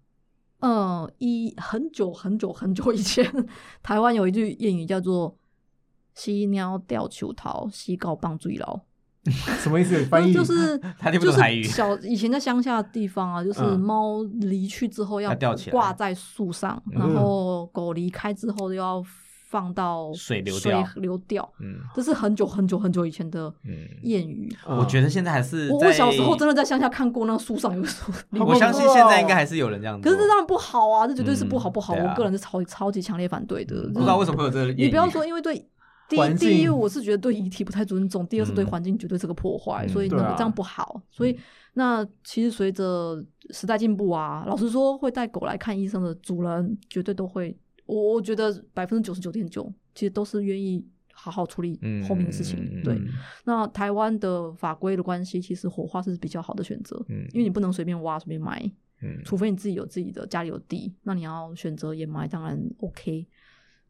[SPEAKER 3] 呃，一很久很久很久以前， 台湾有一句谚语叫做“犀鸟吊球桃，西高棒追牢”。
[SPEAKER 2] 欸什么意思？翻译
[SPEAKER 3] 啊就是
[SPEAKER 1] 他听不懂
[SPEAKER 3] 就是
[SPEAKER 1] 台语
[SPEAKER 3] 小以前在乡下的地方啊，就是
[SPEAKER 1] 嗯
[SPEAKER 3] 猫离去之后要
[SPEAKER 1] 要吊起来
[SPEAKER 3] 挂在树上，
[SPEAKER 1] 嗯
[SPEAKER 3] 然后狗离开之后又要放到
[SPEAKER 1] 水流掉
[SPEAKER 3] 流掉
[SPEAKER 1] 嗯
[SPEAKER 3] 这是很久很久很久以前的
[SPEAKER 1] 嗯，
[SPEAKER 3] 谚语。
[SPEAKER 1] 我觉
[SPEAKER 2] 得
[SPEAKER 1] 得现在还是
[SPEAKER 3] 我
[SPEAKER 1] 在
[SPEAKER 3] 我小时候真的在乡下看过那个树上有树，
[SPEAKER 2] 好
[SPEAKER 1] 我
[SPEAKER 2] 恐
[SPEAKER 1] 相信
[SPEAKER 2] 怖哦
[SPEAKER 1] 现在应该还是有人这样
[SPEAKER 3] 可
[SPEAKER 1] 做，
[SPEAKER 3] 是这当然不好啊，这绝对是不好
[SPEAKER 1] 嗯
[SPEAKER 3] 不好。
[SPEAKER 1] 对啊
[SPEAKER 3] 我个人是超超级强烈反对的。
[SPEAKER 1] 不知道为什么会有这个
[SPEAKER 3] 你
[SPEAKER 1] 谚
[SPEAKER 3] 不要
[SPEAKER 1] 语
[SPEAKER 3] 说，因为对第
[SPEAKER 2] 环
[SPEAKER 3] 一第一，
[SPEAKER 2] 境
[SPEAKER 3] 我是觉得对遗体不太尊重；第二是对
[SPEAKER 1] 嗯
[SPEAKER 3] 环境绝对是个破坏，
[SPEAKER 1] 嗯
[SPEAKER 3] 所以那
[SPEAKER 2] 对
[SPEAKER 3] 个
[SPEAKER 2] 啊
[SPEAKER 3] 这样不好。所以那其实随着时代进步啊，老实说，会带狗来看医生的主人绝对都会，我我觉得百分之九十九点九其实都是愿意。好好处理
[SPEAKER 1] 嗯
[SPEAKER 3] 后面的事情。
[SPEAKER 1] 嗯
[SPEAKER 3] 对，
[SPEAKER 1] 嗯
[SPEAKER 3] 那台湾的法规的关系，其实火化是比较好的选择，
[SPEAKER 1] 嗯
[SPEAKER 3] 因为你不能随便挖、随便埋。
[SPEAKER 1] 嗯
[SPEAKER 3] 除非你自己有自己的家里有地，那你要选择掩埋，当然 OK。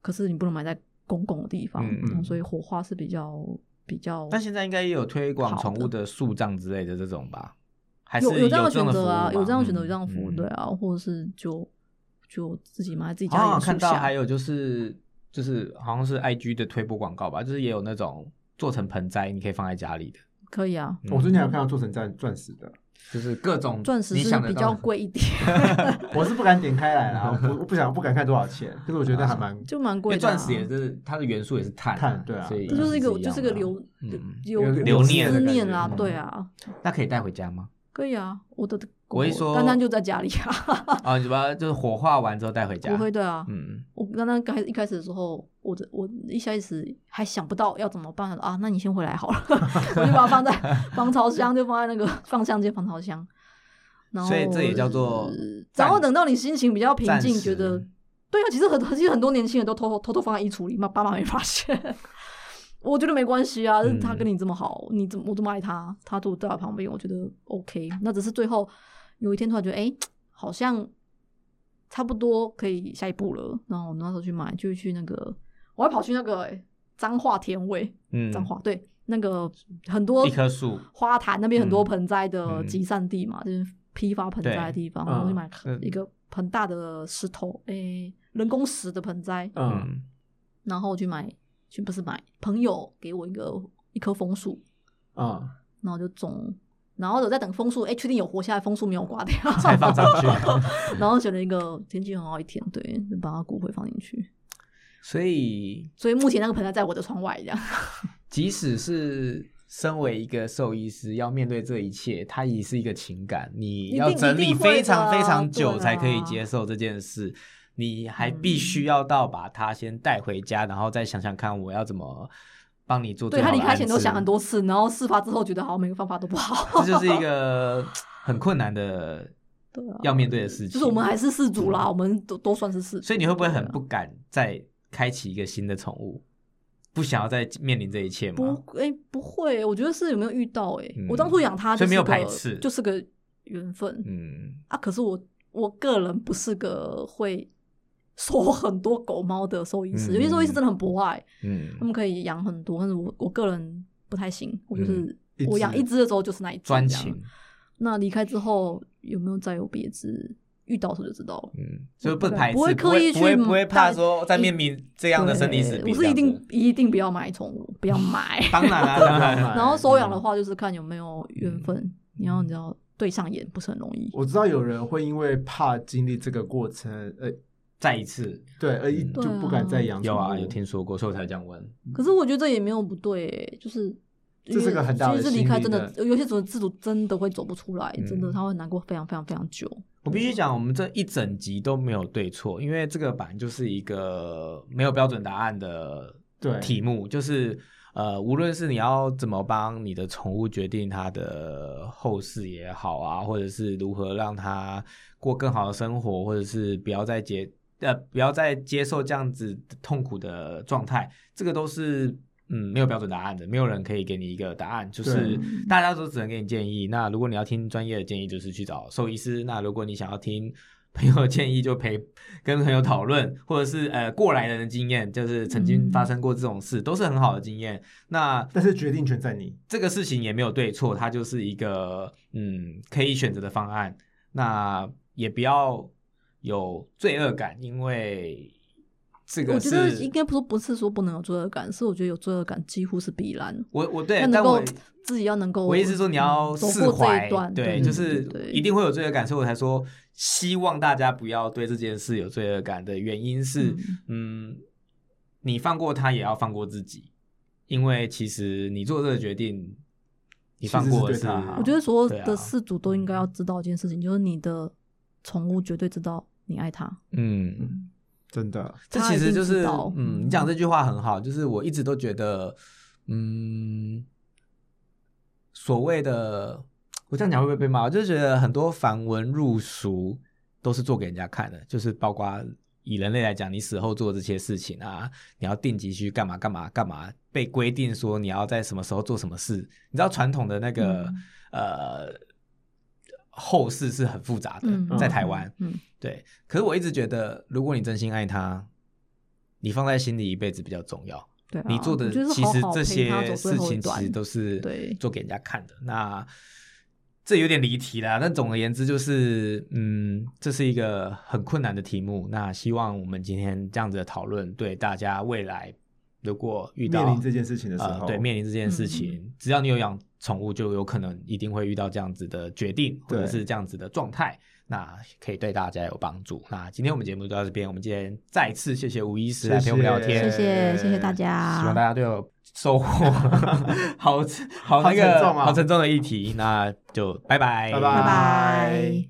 [SPEAKER 3] 可是你不能埋在公共的地方，
[SPEAKER 1] 嗯
[SPEAKER 2] 嗯
[SPEAKER 3] 所以火化是比较比较。
[SPEAKER 1] 但现在应该也有推广
[SPEAKER 3] 好
[SPEAKER 1] 宠物
[SPEAKER 3] 的
[SPEAKER 1] 的树葬之类的这种吧？还是
[SPEAKER 3] 有有这样的
[SPEAKER 1] 的
[SPEAKER 3] 选择
[SPEAKER 1] 服
[SPEAKER 3] 啊，
[SPEAKER 1] 务吗
[SPEAKER 3] 有这样的选择，有这样的服务，
[SPEAKER 1] 嗯
[SPEAKER 3] 对啊，或者是就就自己埋在自己
[SPEAKER 1] 好
[SPEAKER 3] 家里
[SPEAKER 1] 像
[SPEAKER 3] 的
[SPEAKER 1] 啊看
[SPEAKER 3] 树
[SPEAKER 1] 到
[SPEAKER 3] 下。
[SPEAKER 1] 还有就是就是好像是 IG 的推播广告吧，就是也有那种做成盆栽，你可以放在家里的，
[SPEAKER 3] 可以啊，
[SPEAKER 2] 我最近还有看到做成钻钻石的，
[SPEAKER 1] 嗯就是各种
[SPEAKER 3] 钻石
[SPEAKER 1] 嗯你
[SPEAKER 3] 是
[SPEAKER 1] 想得
[SPEAKER 3] 比
[SPEAKER 1] 到
[SPEAKER 3] 较
[SPEAKER 1] 的
[SPEAKER 3] 贵一 点，
[SPEAKER 2] 我是不敢点开来啦，我我不想不敢看多少钱，可是我觉得还蛮
[SPEAKER 3] 就蛮
[SPEAKER 1] 因
[SPEAKER 3] 贵
[SPEAKER 1] 为
[SPEAKER 3] 的啊、
[SPEAKER 1] 钻石也是它的元素也是碳、
[SPEAKER 2] 碳对啊
[SPEAKER 1] 所以
[SPEAKER 3] 这就是一个
[SPEAKER 1] 也
[SPEAKER 3] 就是
[SPEAKER 1] 一
[SPEAKER 3] 个
[SPEAKER 1] 样的啊
[SPEAKER 3] 留
[SPEAKER 1] 嗯
[SPEAKER 3] 留
[SPEAKER 2] 有
[SPEAKER 1] 留念的
[SPEAKER 3] 思
[SPEAKER 1] 感觉
[SPEAKER 3] 念啦，
[SPEAKER 1] 嗯
[SPEAKER 3] 对啊，
[SPEAKER 1] 那可以带回家 吗？
[SPEAKER 3] 可以啊，我的
[SPEAKER 1] 我一说
[SPEAKER 3] 丹丹就在家里啊，
[SPEAKER 1] 啊，你把它就是火化完之后带回家，
[SPEAKER 3] 不会的啊，
[SPEAKER 1] 嗯
[SPEAKER 3] 我刚刚开一开始的时候，我的我一开始还想不到要怎么办想说啊，那你先回来好了， 我就 把它放在防潮箱，就放在那个放箱间防潮箱。然后，
[SPEAKER 1] 所以这也叫做
[SPEAKER 3] 呃
[SPEAKER 1] 暂
[SPEAKER 3] 然后等到你心情比较平
[SPEAKER 1] 暂
[SPEAKER 3] 静，
[SPEAKER 1] 时
[SPEAKER 3] 觉得对啊，其实很其实很多年轻人都偷偷偷偷放在衣橱里，妈爸妈没发现。 我觉得没关系啊，
[SPEAKER 1] 嗯
[SPEAKER 3] 他跟你这么好，你怎么我这么爱他，他坐在我旁边，我觉得 OK。那只是最后有一天突然觉得，哎、好像差不多可以下一步了。然后我那时候去买，就去那个，我还跑去那个诶彰化田尾，
[SPEAKER 1] 嗯，
[SPEAKER 3] 彰化、对，那个很多
[SPEAKER 1] 一棵树
[SPEAKER 3] 花坛那边很多
[SPEAKER 1] 嗯
[SPEAKER 3] 盆栽的
[SPEAKER 1] 嗯
[SPEAKER 3] 集散地嘛，就是批发盆栽的地方，
[SPEAKER 2] 对
[SPEAKER 3] 然后去
[SPEAKER 2] 嗯
[SPEAKER 3] 买
[SPEAKER 1] 嗯
[SPEAKER 3] 一个很大的石头，诶、人工石的盆栽，
[SPEAKER 2] 嗯，
[SPEAKER 3] 然后我去买，去不是买，朋友给我一个一棵枫树，
[SPEAKER 2] 嗯，
[SPEAKER 3] 然后就种，然后有在等枫树，哎，确定有活下来，枫树没有挂掉，
[SPEAKER 1] 才放上去
[SPEAKER 3] 然后选了一个天气很好一天，对，就把它骨灰放进去，
[SPEAKER 1] 所以
[SPEAKER 3] 所以目前那个盆栽在我的窗外这 样。
[SPEAKER 1] 即使是身为一个兽医师，要面对这一切，它也是一个情感，你
[SPEAKER 3] 定
[SPEAKER 1] 要整
[SPEAKER 3] 一
[SPEAKER 1] 理
[SPEAKER 3] 定会的啊
[SPEAKER 1] 非常非常久
[SPEAKER 3] 对啊
[SPEAKER 1] 才可以接受这件事。你还必须要到把它先带回家，然后再想想看我要怎么帮你做最
[SPEAKER 3] 对
[SPEAKER 1] 好
[SPEAKER 3] 他
[SPEAKER 1] 的
[SPEAKER 3] 离开前
[SPEAKER 1] 安置
[SPEAKER 3] 都想很，多次，然后事发之后觉得好像每个方法都不好。
[SPEAKER 1] 这就是一个很困难的
[SPEAKER 3] 对啊
[SPEAKER 1] 要面 对的嗯事情。
[SPEAKER 3] 就是我们还是氏族啦，我们都都算是氏族。
[SPEAKER 1] 所以你会不会很
[SPEAKER 3] 对啊
[SPEAKER 1] 不敢再开启一个新的宠物？不想要再面临这一切吗？
[SPEAKER 3] 不？哎、不会，我觉得是有没有遇到哎、
[SPEAKER 1] 嗯
[SPEAKER 3] 我当初养它
[SPEAKER 1] 所
[SPEAKER 3] 就
[SPEAKER 1] 以
[SPEAKER 3] 是
[SPEAKER 1] 没有
[SPEAKER 3] 个
[SPEAKER 1] 排斥
[SPEAKER 3] 就是个缘分、
[SPEAKER 1] 嗯，
[SPEAKER 3] 啊。可是我我个人不是个会收很多狗猫的兽医师，
[SPEAKER 1] 嗯
[SPEAKER 3] 有些兽医师真的很博爱，
[SPEAKER 1] 嗯
[SPEAKER 3] 他们可以养很多，但是我我个人不太行，我就是、
[SPEAKER 2] 一
[SPEAKER 3] 我养
[SPEAKER 2] 只
[SPEAKER 3] 一只的时候就是那一只
[SPEAKER 1] 嗯专
[SPEAKER 3] 这样
[SPEAKER 1] 情，
[SPEAKER 3] 那离开之后有没有再有别只？遇到的时候就知道了。
[SPEAKER 1] 嗯，所以
[SPEAKER 3] 不
[SPEAKER 1] 不
[SPEAKER 3] 敢
[SPEAKER 1] 排斥，
[SPEAKER 3] 不会刻意
[SPEAKER 1] 不会
[SPEAKER 3] 去
[SPEAKER 1] 不会怕
[SPEAKER 3] 带
[SPEAKER 1] 说再面临这样的生离死
[SPEAKER 3] 对
[SPEAKER 1] 别。
[SPEAKER 3] 我是一定一定不要买宠物，不要 买。
[SPEAKER 1] 当然啦，当然啊 啦。
[SPEAKER 3] 然后收养的话，就是看有没有
[SPEAKER 1] 嗯
[SPEAKER 3] 缘分，你要你知道对上眼不是很容易。
[SPEAKER 2] 我知道有人会因为怕经历这个过程，呃，
[SPEAKER 1] 再一次
[SPEAKER 2] 对，而一
[SPEAKER 3] 对
[SPEAKER 2] 就
[SPEAKER 3] 啊
[SPEAKER 2] 不敢再养宠
[SPEAKER 1] 有
[SPEAKER 2] 物。
[SPEAKER 1] 啊，有听说过，所以我才这样问。
[SPEAKER 3] 可是我觉得这也没有不对、欸就是
[SPEAKER 2] 这是个很大的
[SPEAKER 3] 其实是离开真的
[SPEAKER 2] 心理，
[SPEAKER 3] 有些主自主真的会走不出来，
[SPEAKER 1] 嗯
[SPEAKER 3] 真的他会难过非常非常非常久。
[SPEAKER 1] 我必须讲，我们这一整集都没有对错，因为这个版就是一个没有标准答案的
[SPEAKER 2] 对
[SPEAKER 1] 题目，就是呃，无论是你要怎么帮你的宠物决定它的后事也好啊，或者是如何让它过更好的生活，或者是不要再接呃不要再接受这样子痛苦的状态，这个都是。嗯，没有标准答案的，没有人可以给你一个答案，就是
[SPEAKER 2] 对
[SPEAKER 1] 大家都只能给你建议。那如果你要听专业的建议，就是去找兽医师；那如果你想要听 朋友的建议，就陪跟朋友讨论，或者是呃过来人的经验，就是曾经发生过这种
[SPEAKER 3] 嗯
[SPEAKER 1] 事，都是很好的经验。那
[SPEAKER 2] 但是决定权在你。
[SPEAKER 1] 这个事情也没有对错，它就是一个嗯可以选择的方案。那也不要有罪恶感，因为这
[SPEAKER 3] 我
[SPEAKER 1] 个
[SPEAKER 3] 觉
[SPEAKER 1] 是
[SPEAKER 3] 得应该不说不是说不能有罪恶感，是我觉得有罪恶感几乎是必然。
[SPEAKER 1] 我我
[SPEAKER 3] 要
[SPEAKER 1] 对，
[SPEAKER 3] 能
[SPEAKER 1] 但
[SPEAKER 3] 够
[SPEAKER 1] 我
[SPEAKER 3] 自己要能够，
[SPEAKER 1] 我意思是说你要
[SPEAKER 3] 嗯走
[SPEAKER 1] 释
[SPEAKER 3] 过这
[SPEAKER 1] 怀
[SPEAKER 3] 一段，，对，
[SPEAKER 2] 嗯
[SPEAKER 1] 就是
[SPEAKER 3] 对对
[SPEAKER 1] 一定会有罪恶感，所以我才说希望大家不要对这件事有罪恶感的原因是，嗯，你放过他也要放过自己，因为其实你做这个决定，你放过的
[SPEAKER 2] 其实是对他
[SPEAKER 3] 我觉得所有
[SPEAKER 1] 对啊
[SPEAKER 3] 的事主都应该要知道一件事情，就是你的宠物绝对知道你爱它。
[SPEAKER 1] 嗯。
[SPEAKER 2] 嗯，真的，
[SPEAKER 1] 这
[SPEAKER 3] 他
[SPEAKER 1] 其
[SPEAKER 3] 一
[SPEAKER 1] 实
[SPEAKER 3] 定
[SPEAKER 1] 就
[SPEAKER 3] 知
[SPEAKER 1] 是
[SPEAKER 3] 道，
[SPEAKER 1] 嗯，你
[SPEAKER 3] 嗯
[SPEAKER 1] 讲这句话很好，就是我一直都觉得，嗯，所谓的我这样讲会不会被骂？我就是觉得很多繁文缛俗都是做给人家看的，就是包括以人类来讲，你死后做这些事情啊，你要定期去干嘛干嘛干嘛，被规定说你要在什么时候做什么事。你知道传统的那个、
[SPEAKER 3] 嗯
[SPEAKER 1] 呃后事是很复杂的，
[SPEAKER 3] 嗯，
[SPEAKER 1] 在台湾，
[SPEAKER 3] 嗯，嗯
[SPEAKER 1] 对，可是我一直觉得，如果你真心爱他，你放在心里一辈子比较重要。
[SPEAKER 3] 对啊，
[SPEAKER 1] 你做的
[SPEAKER 3] 我觉得是
[SPEAKER 1] 其
[SPEAKER 3] 好
[SPEAKER 1] 实
[SPEAKER 3] 好
[SPEAKER 1] 这
[SPEAKER 3] 陪他走
[SPEAKER 1] 些
[SPEAKER 3] 最
[SPEAKER 1] 事
[SPEAKER 3] 后一
[SPEAKER 1] 情其实
[SPEAKER 3] 段
[SPEAKER 1] 都是
[SPEAKER 3] 对
[SPEAKER 1] 做给人家看的。那这有点离题啦，但总而言之就是，嗯，这是一个很困难的题目。那希望我们今天这样子的讨论，对大家未来如果遇到
[SPEAKER 2] 面临这件事情的时
[SPEAKER 1] 呃，
[SPEAKER 2] 候，
[SPEAKER 1] 对，面临这件
[SPEAKER 3] 嗯
[SPEAKER 1] 事情，只要你有养宠物，就有可能一定会遇到这样子的决定，或者
[SPEAKER 2] 对
[SPEAKER 1] 是这样子的状态，那可以对大家有帮助。那今天我们节目就到这边，我们今天再次谢谢吴医师来陪我们聊天，
[SPEAKER 3] 谢啊谢谢谢大家，
[SPEAKER 1] 希望大家都有收获， 好好
[SPEAKER 2] 好
[SPEAKER 1] 那个
[SPEAKER 2] 沉重啊
[SPEAKER 1] 好沉重的议题，那就拜拜，
[SPEAKER 2] 拜
[SPEAKER 3] 拜
[SPEAKER 2] 拜
[SPEAKER 3] 拜。